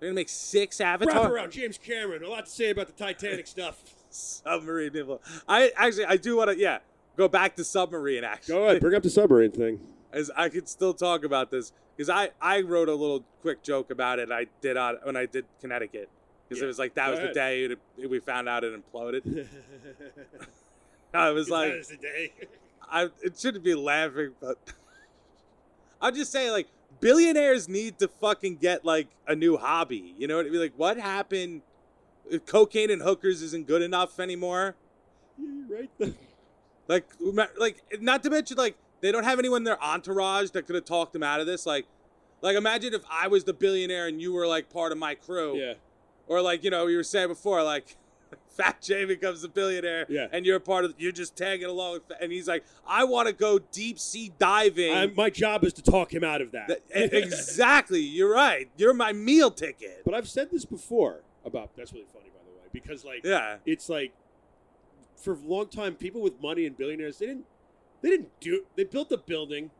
C: gonna make six
B: Wrap
C: Avatar
B: around James Cameron. A lot to say about the Titanic stuff.
C: submarine people. I actually I do want to yeah go back to submarine actually.
B: ahead, bring up the submarine thing.
C: as I could still talk about this because I I wrote a little quick joke about it. I did on when I did Connecticut because
B: Yeah.
C: it was like that
B: Go
C: was the
B: ahead.
C: day it, we found out it imploded.
B: it's
C: I was like,
B: the day.
C: I it shouldn't be laughing, but I'm just saying like billionaires need to fucking get like a new hobby. You know what I mean? Like what happened? Cocaine and hookers isn't good enough anymore.
B: You're right. though.
C: Like, rem- like not to mention like they don't have anyone in their entourage that could have talked them out of this. Like, like imagine if I was the billionaire and you were like part of my crew,
B: Yeah.
C: or like you know you were saying before like. Fat Jay becomes a billionaire,
B: Yeah.
C: and you're part of. You're just tagging along, with, Fat- and he's like, "I want to go deep sea diving."
B: I'm- my job is to talk him out of that. eh,
C: That- e- exactly, you're right. You're my meal ticket.
B: But I've said this before about that's really funny, by the way, because like
C: Yeah,
B: it's like for a long time people with money and billionaires they didn't they didn't do they built the building.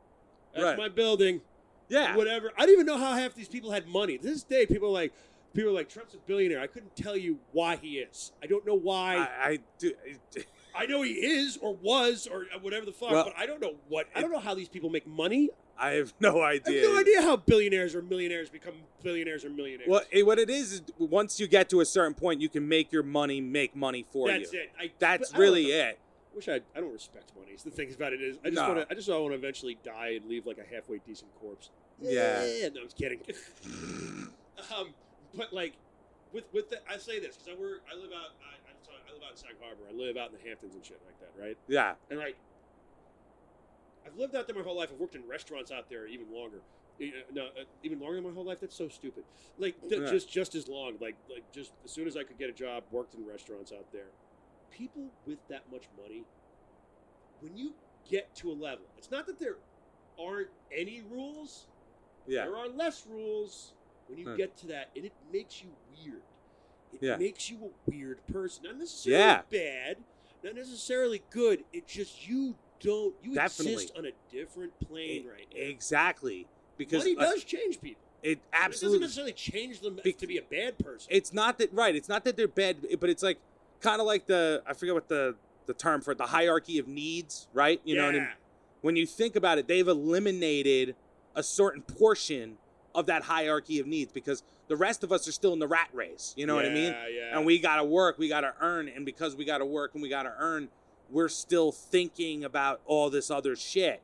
B: That's
C: Right.
B: my building.
C: yeah.
B: Whatever. I don't even know how half these people had money. To this day, people are like people are like Trump's a billionaire. I couldn't tell you why he is. I don't know
C: I,
B: why.
C: I do.
B: I know he is or was or whatever the fuck,
C: Well,
B: but I don't know what. I don't know how these people make money.
C: I have no
B: I
C: idea.
B: have no idea how billionaires or millionaires become billionaires or millionaires.
C: Well, it, what it is is once you get to a certain point, you can make your money make money for
B: that's
C: you.
B: it. I,
C: That's
B: but I don't
C: really
B: know.
C: it.
B: Wish I I don't respect money. It's the thing about it is I just
C: No.
B: want to I just want to eventually die and leave like a halfway decent corpse.
C: Yeah.
B: Eh, no, I was kidding. um, but like with with the, I say this because I work I live out I, I'm sorry, I live out in Sag Harbor. I live out in the Hamptons and shit like that, right?
C: Yeah.
B: And like, I've lived out there my whole life. I've worked in restaurants out there even longer. You know, No, uh, even longer than my whole life. That's so stupid. Like th-
C: Yeah.
B: just just as long. Like like just as soon as I could get a job, worked in restaurants out there. People with that much money, when you get to a level, it's not that there aren't any rules.
C: Yeah.
B: There are less rules when you
C: Hmm.
B: get to that, and it makes you weird. It
C: Yeah.
B: makes you a weird person. Not necessarily
C: Yeah.
B: bad, not necessarily good. It's just you don't you exist
C: Definitely.
B: on a different plane right now.
C: Exactly. Because
B: Money
C: uh,
B: does change people.
C: it
B: But It doesn't
C: absolutely.
B: necessarily change them
C: Bec-
B: to be a bad person.
C: It's not that right. It's not that they're bad, but it's like kind of like the I forget what the the term for it, the hierarchy of needs, right? You know what I mean?
B: Yeah.
C: when you think about it, they've eliminated a certain portion of that hierarchy of needs because the rest of us are still in the rat race. You know what I mean?
B: Yeah, yeah.
C: And we got to work, we got to earn. And because we got to work and we got to earn, we're still thinking about all this other shit.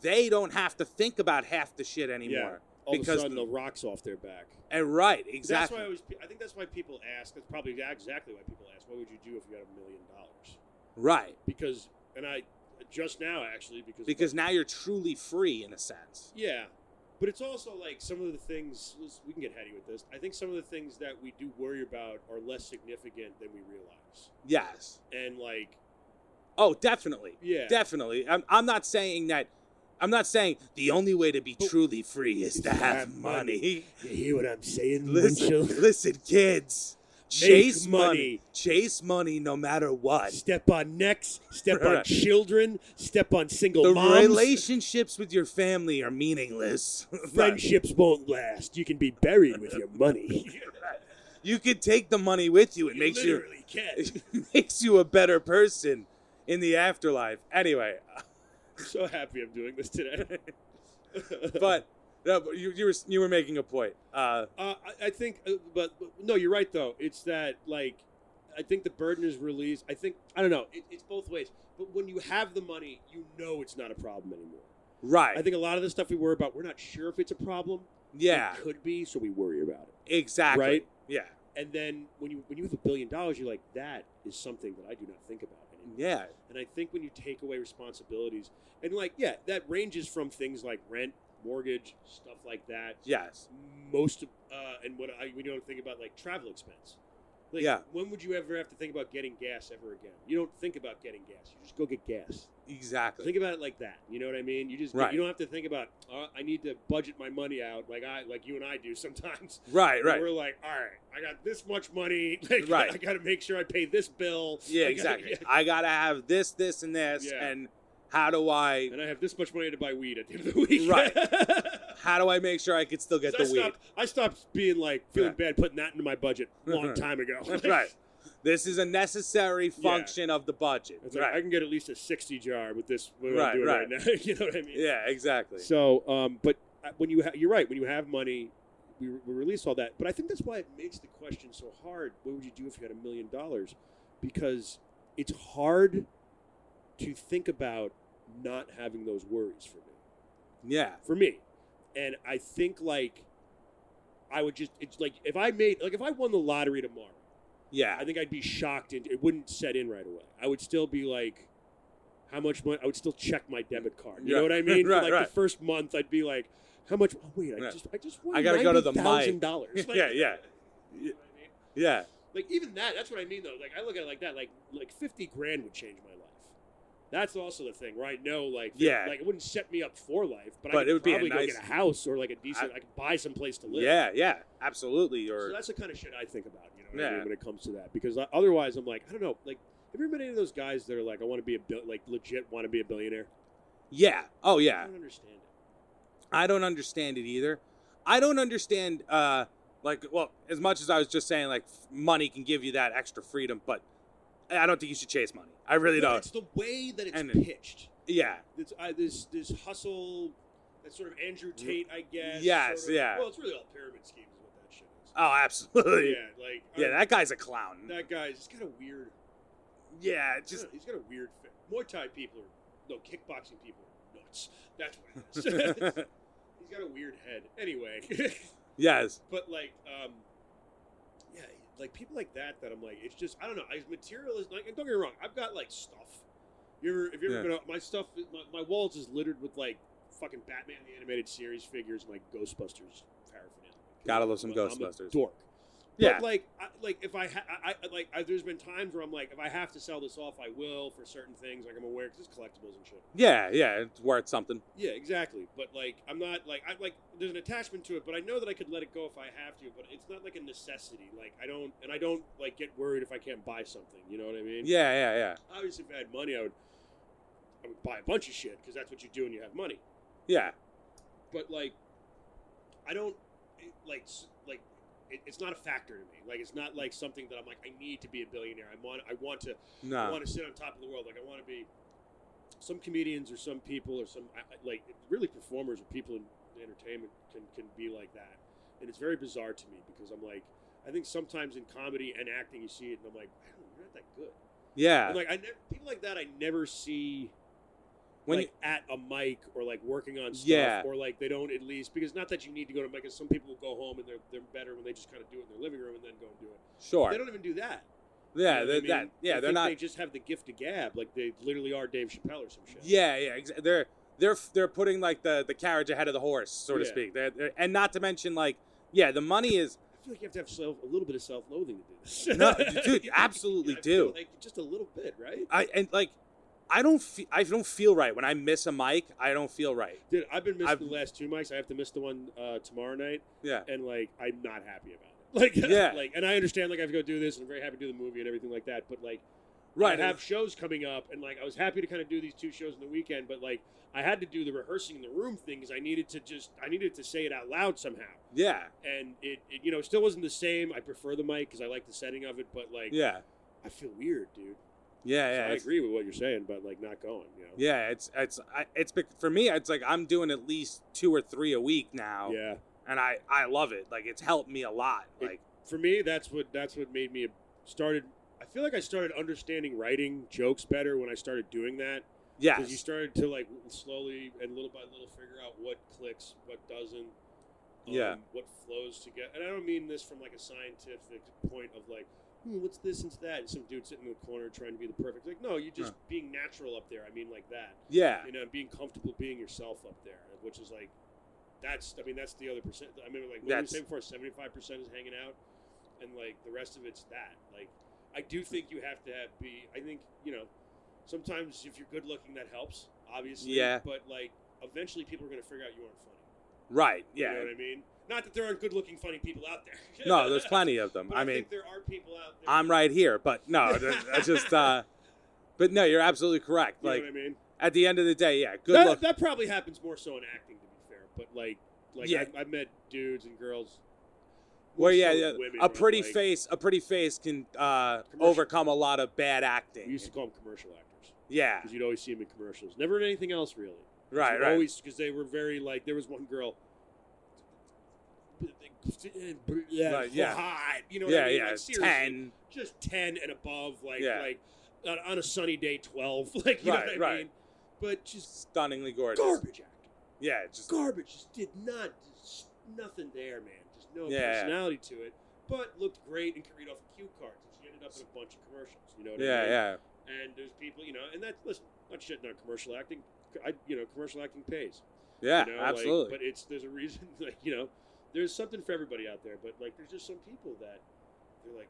C: They don't have to think about half the shit anymore.
B: all of a
C: because
B: sudden
C: the-
B: the rocks off their back.
C: And right, exactly.
B: That's why I always. I think that's why people ask. That's probably exactly why people ask. What would you do if you had a million dollars?
C: right.
B: because and I just now actually because
C: Because now you're truly free in a sense.
B: yeah, but it's also like some of the things we can get heady with this. I think some of the things that we do worry about are less significant than we realize,
C: Yes.
B: and like
C: Oh, definitely.
B: yeah,
C: Definitely. I'm, I'm not saying that. I'm not saying the only way to be
B: But-
C: truly free is to have money.
B: you hear what I'm saying,
C: Listen,
B: Winchell?
C: listen, kids.
B: Make
C: Chase money.
B: money.
C: Chase money no matter what.
B: Step on necks, step on
C: Right.
B: children, step on single
C: The
B: moms.
C: relationships with your family are meaningless.
B: Friendships won't last. You can be buried with your money.
C: you could take the money with you. It makes you
B: literally can.
C: it makes you a better person in the afterlife. Anyway,
B: I'm so happy I'm doing this today.
C: but no, but you, you were you were making a point. Uh,
B: Uh, I, I think, uh, but, but no, you're right though. It's that like, I think the burden is released. I think I don't know. It, it's both ways. But when you have the money, you know it's not a problem anymore.
C: right.
B: I think a lot of the stuff we worry about, we're not sure if it's a problem.
C: yeah.
B: it could be, so we worry about it.
C: Exactly.
B: Right?
C: Yeah.
B: And then when you when you have a billion dollars, you're like, that is something that I do not think about anymore.
C: Yeah.
B: And I think when you take away responsibilities, and like, yeah, that ranges from things like rent, mortgage, stuff like that.
C: Yes.
B: Most of, uh, and what I, we don't think about like travel expense. Like,
C: Yeah.
B: When would you ever have to think about getting gas ever again? You don't think about getting gas. You just go get gas.
C: Exactly.
B: Think about it like that. You know what I mean? You just
C: Right.
B: you don't have to think about. Uh, I need to budget my money out like I like you and I do sometimes.
C: Right. Right.
B: We're like, all right, I got this much money. Like,
C: Right.
B: I got to make sure I pay this bill. I
C: Yeah.
B: gotta-
C: Exactly.
B: yeah.
C: I gotta have this, this, and this,
B: Yeah.
C: and how do I?
B: And I have this much money to buy weed at the end of the week.
C: Right.
B: 'Cause
C: How do I make sure I can still get
B: I
C: the weed?
B: stopped, I stopped being like feeling
C: Yeah.
B: bad putting that into my budget a long time ago.
C: right. This is a necessary function of the budget.
B: It's like, I
C: Right.
B: can get at least a sixty jar with this. What
C: Right,
B: I'm doing
C: right.
B: right. now. you know what I mean?
C: Yeah. Exactly.
B: So, um, but uh, when you ha- you're right, when you have money, we, re- we release all that. But I think that's why it makes the question so hard. What would you do if you had a million dollars? Because it's hard to think about not having those worries for me.
C: Yeah.
B: For me, and I think like I would just it's like if I made like if I won the lottery tomorrow, I
C: Yeah.
B: think I'd be shocked and it wouldn't set in right away. I would still be like, how much money? I would still check my debit card. You
C: Yeah.
B: know what I mean? For
C: Right,
B: like
C: right.
B: the first month, I'd be like, how much? Oh, wait, I
C: Yeah.
B: just, I just won.
C: I gotta go to the mic.
B: dollars.
C: Yeah, yeah. Yeah.
B: Like even that. That's what I mean though. Like I look at it like that. Like like fifty grand would change my life. That's also the thing, right? No, like
C: Yeah.
B: like it wouldn't set me up for life, but, I
C: But
B: could
C: it would be a
B: probably
C: nice-
B: go get a house or like a decent. I, could buy some place to live.
C: Yeah. Yeah. Absolutely.
B: So
C: Or
B: that's the kind of shit I think about, you know, what I
C: Yeah.
B: mean, when it comes to that. Because I- otherwise, I'm like, I don't know. Like, have you ever met any of those guys that are like, I want to be a bil- like legit want to be a billionaire?
C: yeah. Oh
B: I
C: yeah.
B: don't understand it.
C: I don't understand it either. I don't understand uh like well, as much as I was just saying like f- money can give you that extra freedom, but I I don't think you should chase money. I really
B: No,
C: don't.
B: It's the way that it's
C: And-
B: pitched.
C: Yeah.
B: It's I this this hustle, that sort of Andrew Tate, I guess.
C: Yes,
B: sort of-
C: yeah.
B: Well, it's really all pyramid schemes, is what that shit is.
C: Oh, absolutely. Yeah,
B: yeah, like
C: that guy's a clown.
B: that guy's he's got a weird,
C: yeah, it's
B: just
C: just
B: he's got a weird. Fit. Muay Thai people are no kickboxing people are nuts. That's what it is. he's got a weird head. Anyway.
C: yes.
B: but like um yeah like people like that that i'm like it's just i don't know as material is like and don't get me wrong i've got like stuff you ever if you ever
C: Yeah.
B: been out my stuff my, my walls is littered with like fucking batman the animated series figures and like ghostbusters paraphernalia
C: Gotta love some
B: I'm a
C: Ghostbusters.
B: dork
C: Yeah.
B: but like, I, like if I, ha- I, I like, I, there's been times where I'm like, if I have to sell this off, I will for certain things. Like I'm aware because it's collectibles and shit.
C: Yeah, yeah, it's worth something.
B: Yeah, exactly. But like, I'm not like I like. There's an attachment to it, but I know that I could let it go if I have to. But it's not like a necessity. Like I don't, and I don't like get worried if I can't buy something. You know what I mean?
C: Yeah, yeah, yeah.
B: Obviously, if I had money, I would, I would buy a bunch of shit because that's what you do when you have money.
C: Yeah.
B: But like, I don't it, like s- like. It, it's not a factor to me. Like it's not like something that I'm like I need to be a billionaire. I want I want to I
C: No.
B: want to sit on top of the world. Like I want to be. Some comedians or some people or some I- I- like really performers or people in entertainment can can be like that, and it's very bizarre to me because I'm like I think sometimes in comedy and acting you see it and I'm like I don't, you're not that good.
C: Yeah.
B: And like I never people like that I never see
C: When
B: like at a mic or like working on stuff
C: Yeah.
B: or like they don't at least because not that you need to go to a mic because some people will go home and they're they're better when they just kind of do it in their living room and then go and do it.
C: you, sure.
B: They don't even do that. You
C: Yeah,
B: know
C: they're,
B: what I
C: that,
B: mean? I
C: yeah, they're
B: think
C: not.
B: They just have the gift of gab, like they literally are Dave Chappelle or some shit.
C: Yeah, yeah, exa- they're they're they're putting like the the carriage ahead of the horse, so to
B: Yeah.
C: speak. They're, they're, and not to mention like, yeah, the money is
B: I feel like you have to have self, a little bit of self-loathing to do this.
C: No, dude, you absolutely
B: I feel
C: do.
B: Like just a little bit, right?
C: I and like I don't fe- I don't feel right when I miss a mic. I don't feel right.
B: Dude, I've been missing
C: I've-
B: the last two mics. I have to miss the one uh, tomorrow night,
C: Yeah,
B: and like I'm not happy about it. Like,
C: Yeah.
B: like, and I understand. Like, I have to go do this, and I'm very happy to do the movie and everything like that. But like,
C: right.
B: I have shows coming up, and like I was happy to kind of do these two shows in the weekend, but like I had to do the rehearsing in the room thing because I needed to just I needed to say it out loud somehow.
C: yeah,
B: and it, it you know still wasn't the same. I prefer the mic because I like the setting of it, but like
C: yeah,
B: I feel weird, dude.
C: yeah,
B: So
C: yeah.
B: I
C: it's-
B: agree with what you're saying, but like not going. You know?
C: Yeah, it's it's I, it's bec- for me. It's like I'm doing at least two or three a week now,
B: yeah.
C: and I I love it. Like it's helped me a lot.
B: It-
C: Like
B: For me, that's what that's what made me started. I feel like I started understanding writing jokes better when I started doing that
C: yeah,
B: because you started to like slowly and little by little figure out what clicks, what doesn't, on
C: Yeah.
B: what flows together. And I don't mean this from like a scientific point of like, hmm, what's this and that? And some dude sitting in the corner trying to be the perfect. Like, no, you just being natural up there. I mean, like that.
C: Yeah.
B: You know, being comfortable being yourself up there, which is like, that's. I mean, that's the other percent. I mean, like what we were
C: That's-
B: saying before, seventy-five percent is hanging out, and like the rest of it's that. Like, I do think you have to have be. I think you know, sometimes if you're good looking, that helps. Obviously,
C: Yeah.
B: But like, eventually, people are going to figure out you aren't funny.
C: Right.
B: You know
C: Yeah.
B: what I mean? Not that there aren't good looking, funny people out there.
C: No, there's plenty of them.
B: But
C: I mean,
B: think there are people out there.
C: I'm right here, but no, that's just. uh But no, you're absolutely correct.
B: You
C: Like
B: know what I mean?
C: at the end of the day, yeah, good
B: that,
C: luck.
B: that probably happens more so in acting, to be fair. But like, like
C: Yeah.
B: I, I've met dudes and girls. more
C: Well, yeah,
B: so
C: yeah.
B: women,
C: a
B: right?
C: pretty
B: Like,
C: face, a pretty face can uh,
B: Commercial.
C: overcome a lot of bad
B: We
C: acting.
B: used to call them commercial actors
C: Yeah,
B: because you'd always see them in commercials, never in anything else really.
C: right,
B: You'd
C: right.
B: Always because they were very like. There was one girl. Yeah,
C: Right, yeah.
B: hot. You know what
C: yeah,
B: I mean?
C: yeah.
B: Like, seriously.
C: Ten.
B: just 10 and above like
C: Yeah.
B: like on, on a sunny day 12 like you
C: Right,
B: know what i
C: right.
B: mean but just
C: Stunningly gorgeous.
B: garbage actor
C: Yeah, just
B: garbage just did not just nothing there man just no
C: Yeah.
B: personality to it but looked great and could read off of cue cards and she ended up in a bunch of commercials you know what I
C: yeah,
B: mean?
C: yeah.
B: and there's people you know and that's listen I'm not shitting on commercial acting I, you know commercial acting pays
C: Yeah,
B: you know, like,
C: absolutely.
B: but it's there's a reason, like, you know, there's something for everybody out there. But like, there's just some people that they're like,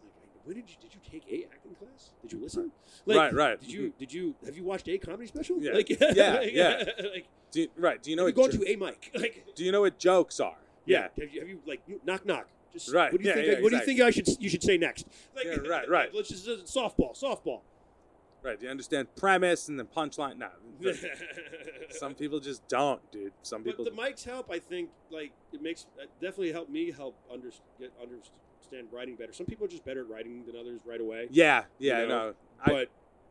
B: I'm like, when did you did you take a acting class? Did you listen? Like,
C: Right, right.
B: Did you did you have you watched a comedy special?
C: Yeah.
B: Like,
C: Yeah,
B: like,
C: yeah.
B: Like,
C: do you, right. Do you know
B: have you
C: what?
B: gone
C: jo-
B: to a mic? Like,
C: do you know what jokes are? Yeah.
B: Have you have you like you- knock knock? Just
C: Right,
B: What do you
C: yeah,
B: think?
C: yeah,
B: what do you think I should you should say next? Like,
C: Yeah, right, right.
B: Let's just uh, softball, softball.
C: Right. Do you understand premise and the punchline? No. Some people just don't, dude. Some
B: But
C: people.
B: the mics help, I think. Like it makes it definitely helped me help under, get understand writing better. Some people are just better at writing than others right away.
C: yeah, yeah,
B: you know,
C: no. I-
B: But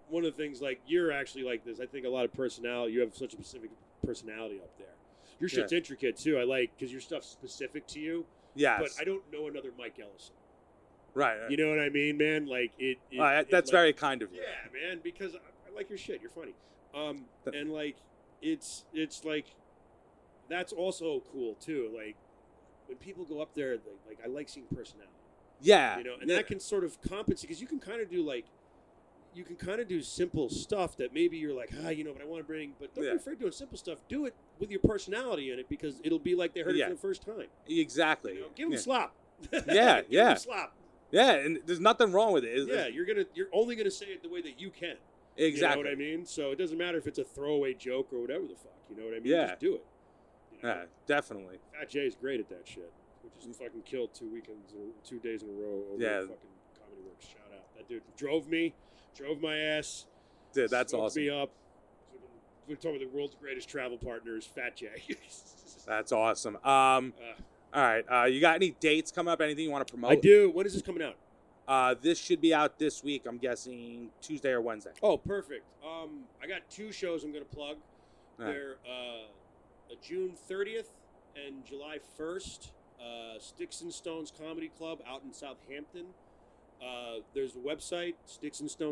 B: one of the things, like you're actually like this. I think a lot of personality. You have such a specific personality up there. Your shit's intricate too. I like because your stuff's specific to you.
C: Yes.
B: But I don't know another Mike Ellison.
C: right. right.
B: You know what I mean, man? Like it. it-
C: All right,
B: it,
C: that's
B: like-
C: very kind of you.
B: yeah, man, because I, I like your shit. You're funny. Um,
C: Th-
B: and like, it's it's like, that's also cool too. Like, when people go up there, they, like I like seeing personality.
C: Yeah.
B: You know, and
C: yeah.
B: that can sort of compensate because you can kind of do like, you can kind of do simple stuff that maybe you're like, ah, you know, but I want to bring. But don't
C: Yeah.
B: be afraid doing simple stuff. Do it with your personality in it because it'll be like they heard
C: Yeah.
B: it for the first time.
C: exactly.
B: You know? Give them
C: yeah.
B: slop.
C: Yeah,
B: Give 'em
C: yeah.
B: slop.
C: Yeah, and there's nothing wrong with it. It's-
B: Yeah, you're gonna, you're only gonna say it the way that you can.
C: exactly.
B: You know what I mean? So it doesn't matter if it's a throwaway joke or whatever the fuck. You know what I mean?
C: Yeah.
B: Just do it. You know?
C: Yeah, definitely.
B: Fat Jay's great at that shit. Who just fucking killed two weekends, in- two days in a row over
C: Yeah.
B: at fucking Comedy Works. Shout out. That dude drove me, drove my ass.
C: Dude, that's
B: smoked
C: awesome.
B: me up. We're talking about the world's greatest travel partners, Fat Jay.
C: That's awesome. Um,
B: Uh,
C: all right. Uh, you got any dates coming up? Anything you want to promote?
B: I do. When is this coming out?
C: Uh, this should be out this week. I'm guessing Tuesday or Wednesday.
B: Oh, perfect. Um, I got two shows I'm going to plug.
C: All right.
B: They're uh, a June 30th and July 1st. Uh, Sticks and Stones Comedy Club out in Southampton. Uh, there's a website,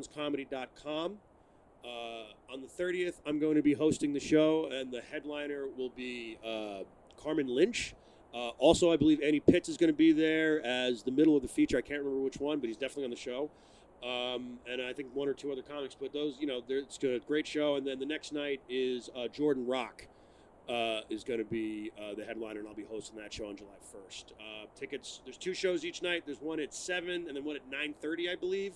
B: sticksandstonescomedy.com. Uh, on the 30th, I'm going to be hosting the show, and the headliner will be uh, Carmen Lynch. Uh, also, I believe Andy Pitts is going to be there as the middle of the feature. I can't remember which one, but he's definitely on the show. Um, and I think one or two other comics, but those, you know, they're- it's a great show. And then the next night is uh, Jordan Rock uh, is going to be uh, the headliner, and I'll be hosting that show on July 1st. Uh, tickets, there's two shows each night. There's one at 7 and then one at 9.30, I believe.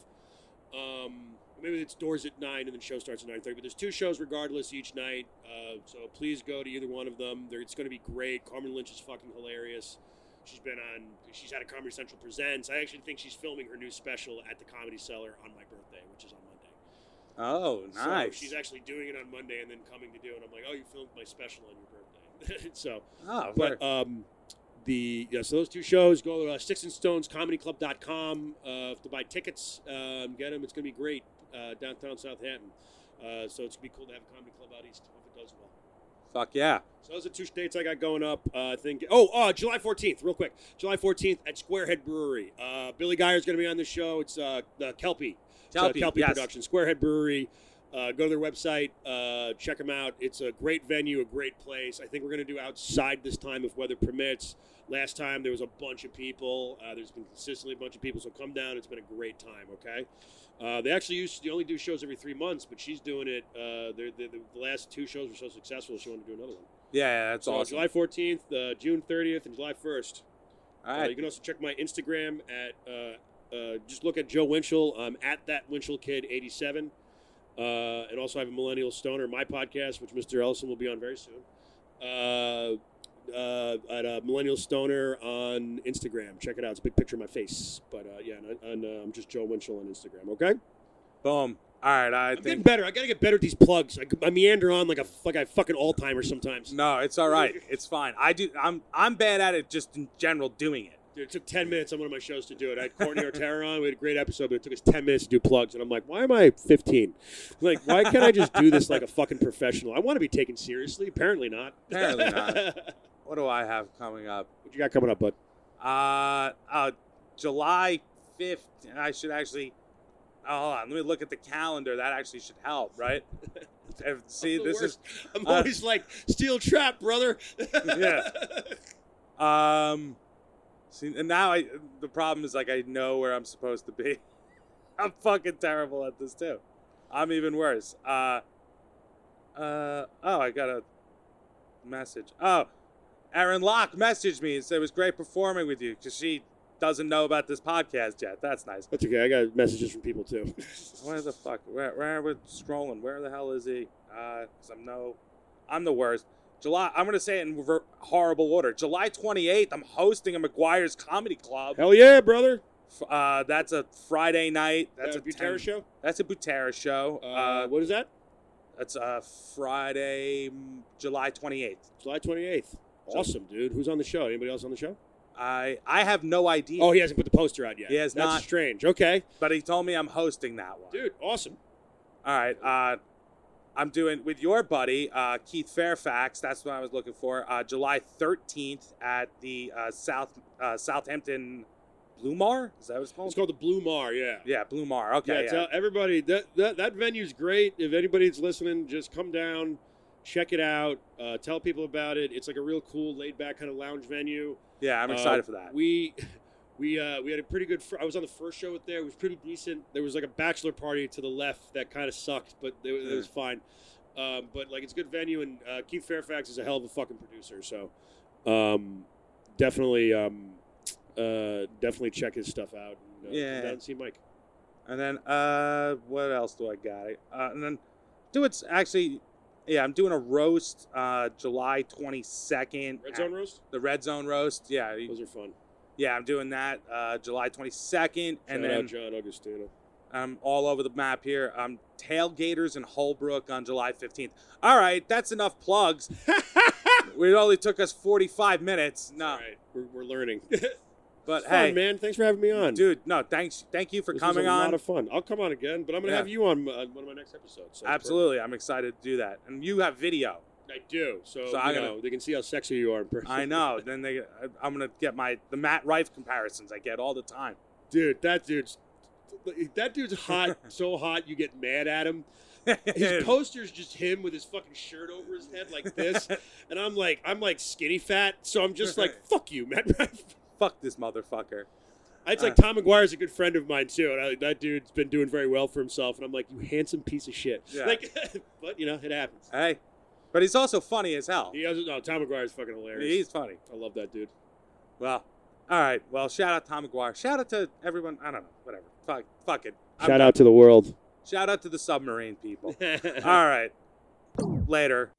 B: Um, maybe it's doors at 9 and then show starts at 9.30, but there's two shows regardless each night. Uh, so please go to either one of them. They're, it's going to be great. Carmen Lynch is fucking hilarious. She's been on. She's had a Comedy Central Presents. I actually think she's filming her new special at the Comedy Cellar on my birthday, which is on Monday.
C: Oh, nice.
B: So she's actually doing it on Monday and then coming to do it. I'm like, oh, you filmed my special on your birthday. so,
C: oh,
B: but
C: very-
B: um, the yeah, so those two shows go to uh, sticksandstonescomedyclub.com uh, to buy tickets. Um, get them. It's gonna be great uh, downtown Southampton. Uh, so it's gonna be cool to have a comedy club out east. Hope it does well.
C: fuck yeah.
B: So those are two dates I got going up. Uh, I think. Oh, uh, July 14th, real quick. July 14th at Squarehead Brewery. Uh, Billy Geyer's going to be on the show. It's uh, the Kelpie. It's, uh,
C: Kelpie, yes.
B: Production. Squarehead Brewery. Uh, go to their website, uh, check them out. It's a great venue, a great place. I think we're going to do outside this time if weather permits. Last time there was a bunch of people. Uh, there's been consistently a bunch of people, so come down. It's been a great time. Okay, uh, they actually used they only do shows every three months, but she's doing it. Uh, they're, they the last two shows were so successful, she wanted to do another one.
C: Yeah, that's
B: so
C: awesome.
B: July 14th, uh, June 30th, and July 1st.
C: All
B: Uh,
C: right.
B: you can also check my Instagram at uh, uh, just look at Joe Winchell. I'm at that Winchell Kid 87. Uh, and also, I have a Millennial Stoner, my podcast, which Mr. Ellison will be on very soon. Uh, uh, at uh, Millennial Stoner on Instagram. Check it out. It's a big picture of my face. But uh, yeah, and, and uh, I'm just Joe Winchell on Instagram. Okay.
C: Boom. All right. I
B: I'm getting
C: think.
B: better. I gotta get better at these plugs. I, I meander on like a like I fucking Alzheimer sometimes.
C: No, it's all right. It's fine. I do. I'm I'm bad at it just in general doing it.
B: Dude, it took 10 minutes on one of my shows to do it. I had Courtney O'Tara on. We had a great episode, but it took us 10 minutes to do plugs. And I'm like, why am I 15? Like, why can't I just do this like a fucking professional? I want to be taken seriously. Apparently not.
C: Apparently not.
B: what
C: What do I have coming up?
B: you got coming up, bud?
C: Uh, uh July fifth. I should actually. Oh, hold on. Let me look at the calendar. That actually should help, right? If- See,
B: the
C: this
B: worst. I'm
C: uh,
B: always like, steel trap, brother.
C: Yeah. is um. See, and now I. The problem is like I know where I'm supposed to be. I'm fucking terrible at this too. I'm even worse. Uh. Uh. Oh, I got a message. Oh, Aaron Locke messaged me and said it was great performing with you because she doesn't know about this podcast yet. That's nice.
B: That's okay. I got messages from people too.
C: Where the fuck? Where, where are we scrolling? Where the hell is he? Uh, 'cause I'm no, I'm the worst. July. I'm gonna say it in rever- horrible order. July 28th. I'm hosting a McGuire's Comedy Club.
B: Hell yeah, brother.
C: F- Uh, that's a Friday night. That's
B: Uh,
C: a
B: Butera
C: 10
B: show.
C: That's a Butera show.
B: Uh,
C: Uh,
B: what is that?
C: that's a Friday, mm, July 28th.
B: July 28th. Awesome, dude. Who's on the show? Anybody else on the show?
C: I I have no idea,
B: Oh, he hasn't put the poster out yet.
C: He has
B: That's
C: not.
B: strange. Okay.
C: but he told me I'm hosting that one.
B: Dude, awesome.
C: All right. Uh, I'm doing with your buddy uh, Keith Fairfax. That's what I was looking for. Uh, July 13th at the uh, South uh, Southampton Blue Mar. Is that what it's called?
B: It's called the Blue Mar, yeah.
C: yeah, Blue Mar. Okay.
B: yeah, uh,
C: Yeah.
B: tell everybody that, that that venue's great. If anybody's listening, just come down, check it out, uh, tell people about it. It's like a real cool, laid back kind of lounge venue.
C: Yeah, I'm
B: Uh,
C: excited for that.
B: We we uh, we had a pretty good. Fr- I was on the first show with there. It was pretty decent. There was like a bachelor party to the left that kind of sucked, but it, it
C: Hmm.
B: was fine. Um, but like it's a good venue, and uh, Keith Fairfax is a hell of a fucking producer. So um, definitely um, uh, definitely check his stuff out. And, uh, come
C: Yeah.
B: down and see Mike.
C: And then uh, what else do I got? Uh, and then do it's actually. Yeah, I'm doing a roast uh, July 22nd.
B: Red
C: at
B: Zone Roast.
C: The Red Zone roast. Yeah. you-
B: Those are fun.
C: Yeah, I'm doing that uh, July 22nd.
B: And
C: And
B: Shout
C: then.
B: out John Augustino.
C: I'm all over the map here. I'm tailgaters in Holbrook on July 15th. All right, that's enough plugs. it only took us 45 minutes. No,
B: All right, we're, we're learning.
C: but
B: Fun,
C: hey,
B: man. Thanks for having me on.
C: dude, no, thanks, thank you for
B: This was
C: coming
B: a
C: on.
B: lot of fun. I'll come on again, but I'm going to
C: Yeah.
B: have you on uh, one of my next episodes. so it's
C: Absolutely, I'm excited to do that. And you have video.
B: perfect. I do. So,
C: So
B: you
C: I'm gonna-
B: know, they can see how sexy you are in person.
C: I know. Then they, I'm gonna get my the Matt Rife comparisons I get all the time.
B: Dude, that dude's. That dude's hot, so hot you get mad at him. His poster's just him with his fucking shirt over his head like this, and I'm like, I'm like skinny fat, so I'm just like, fuck you, Matt. Rife.
C: Fuck this motherfucker.
B: It's
C: Uh.
B: like Tom McGuire's a good friend of mine too, and I, that dude's been doing very well for himself. And I'm like, you handsome piece of shit.
C: Yeah.
B: Like, but you know, it happens.
C: Hey, but he's also funny as hell.
B: He has, no, Tom McGuire's fucking hilarious.
C: He's funny.
B: I love that dude.
C: Well, all right. Well, shout out Tom McGuire. Shout out to everyone. I don't know. Whatever. Fuck. Fuck it. I'm
B: Shout
C: done.
B: out to the world.
C: Shout out to the submarine people. all right. Later.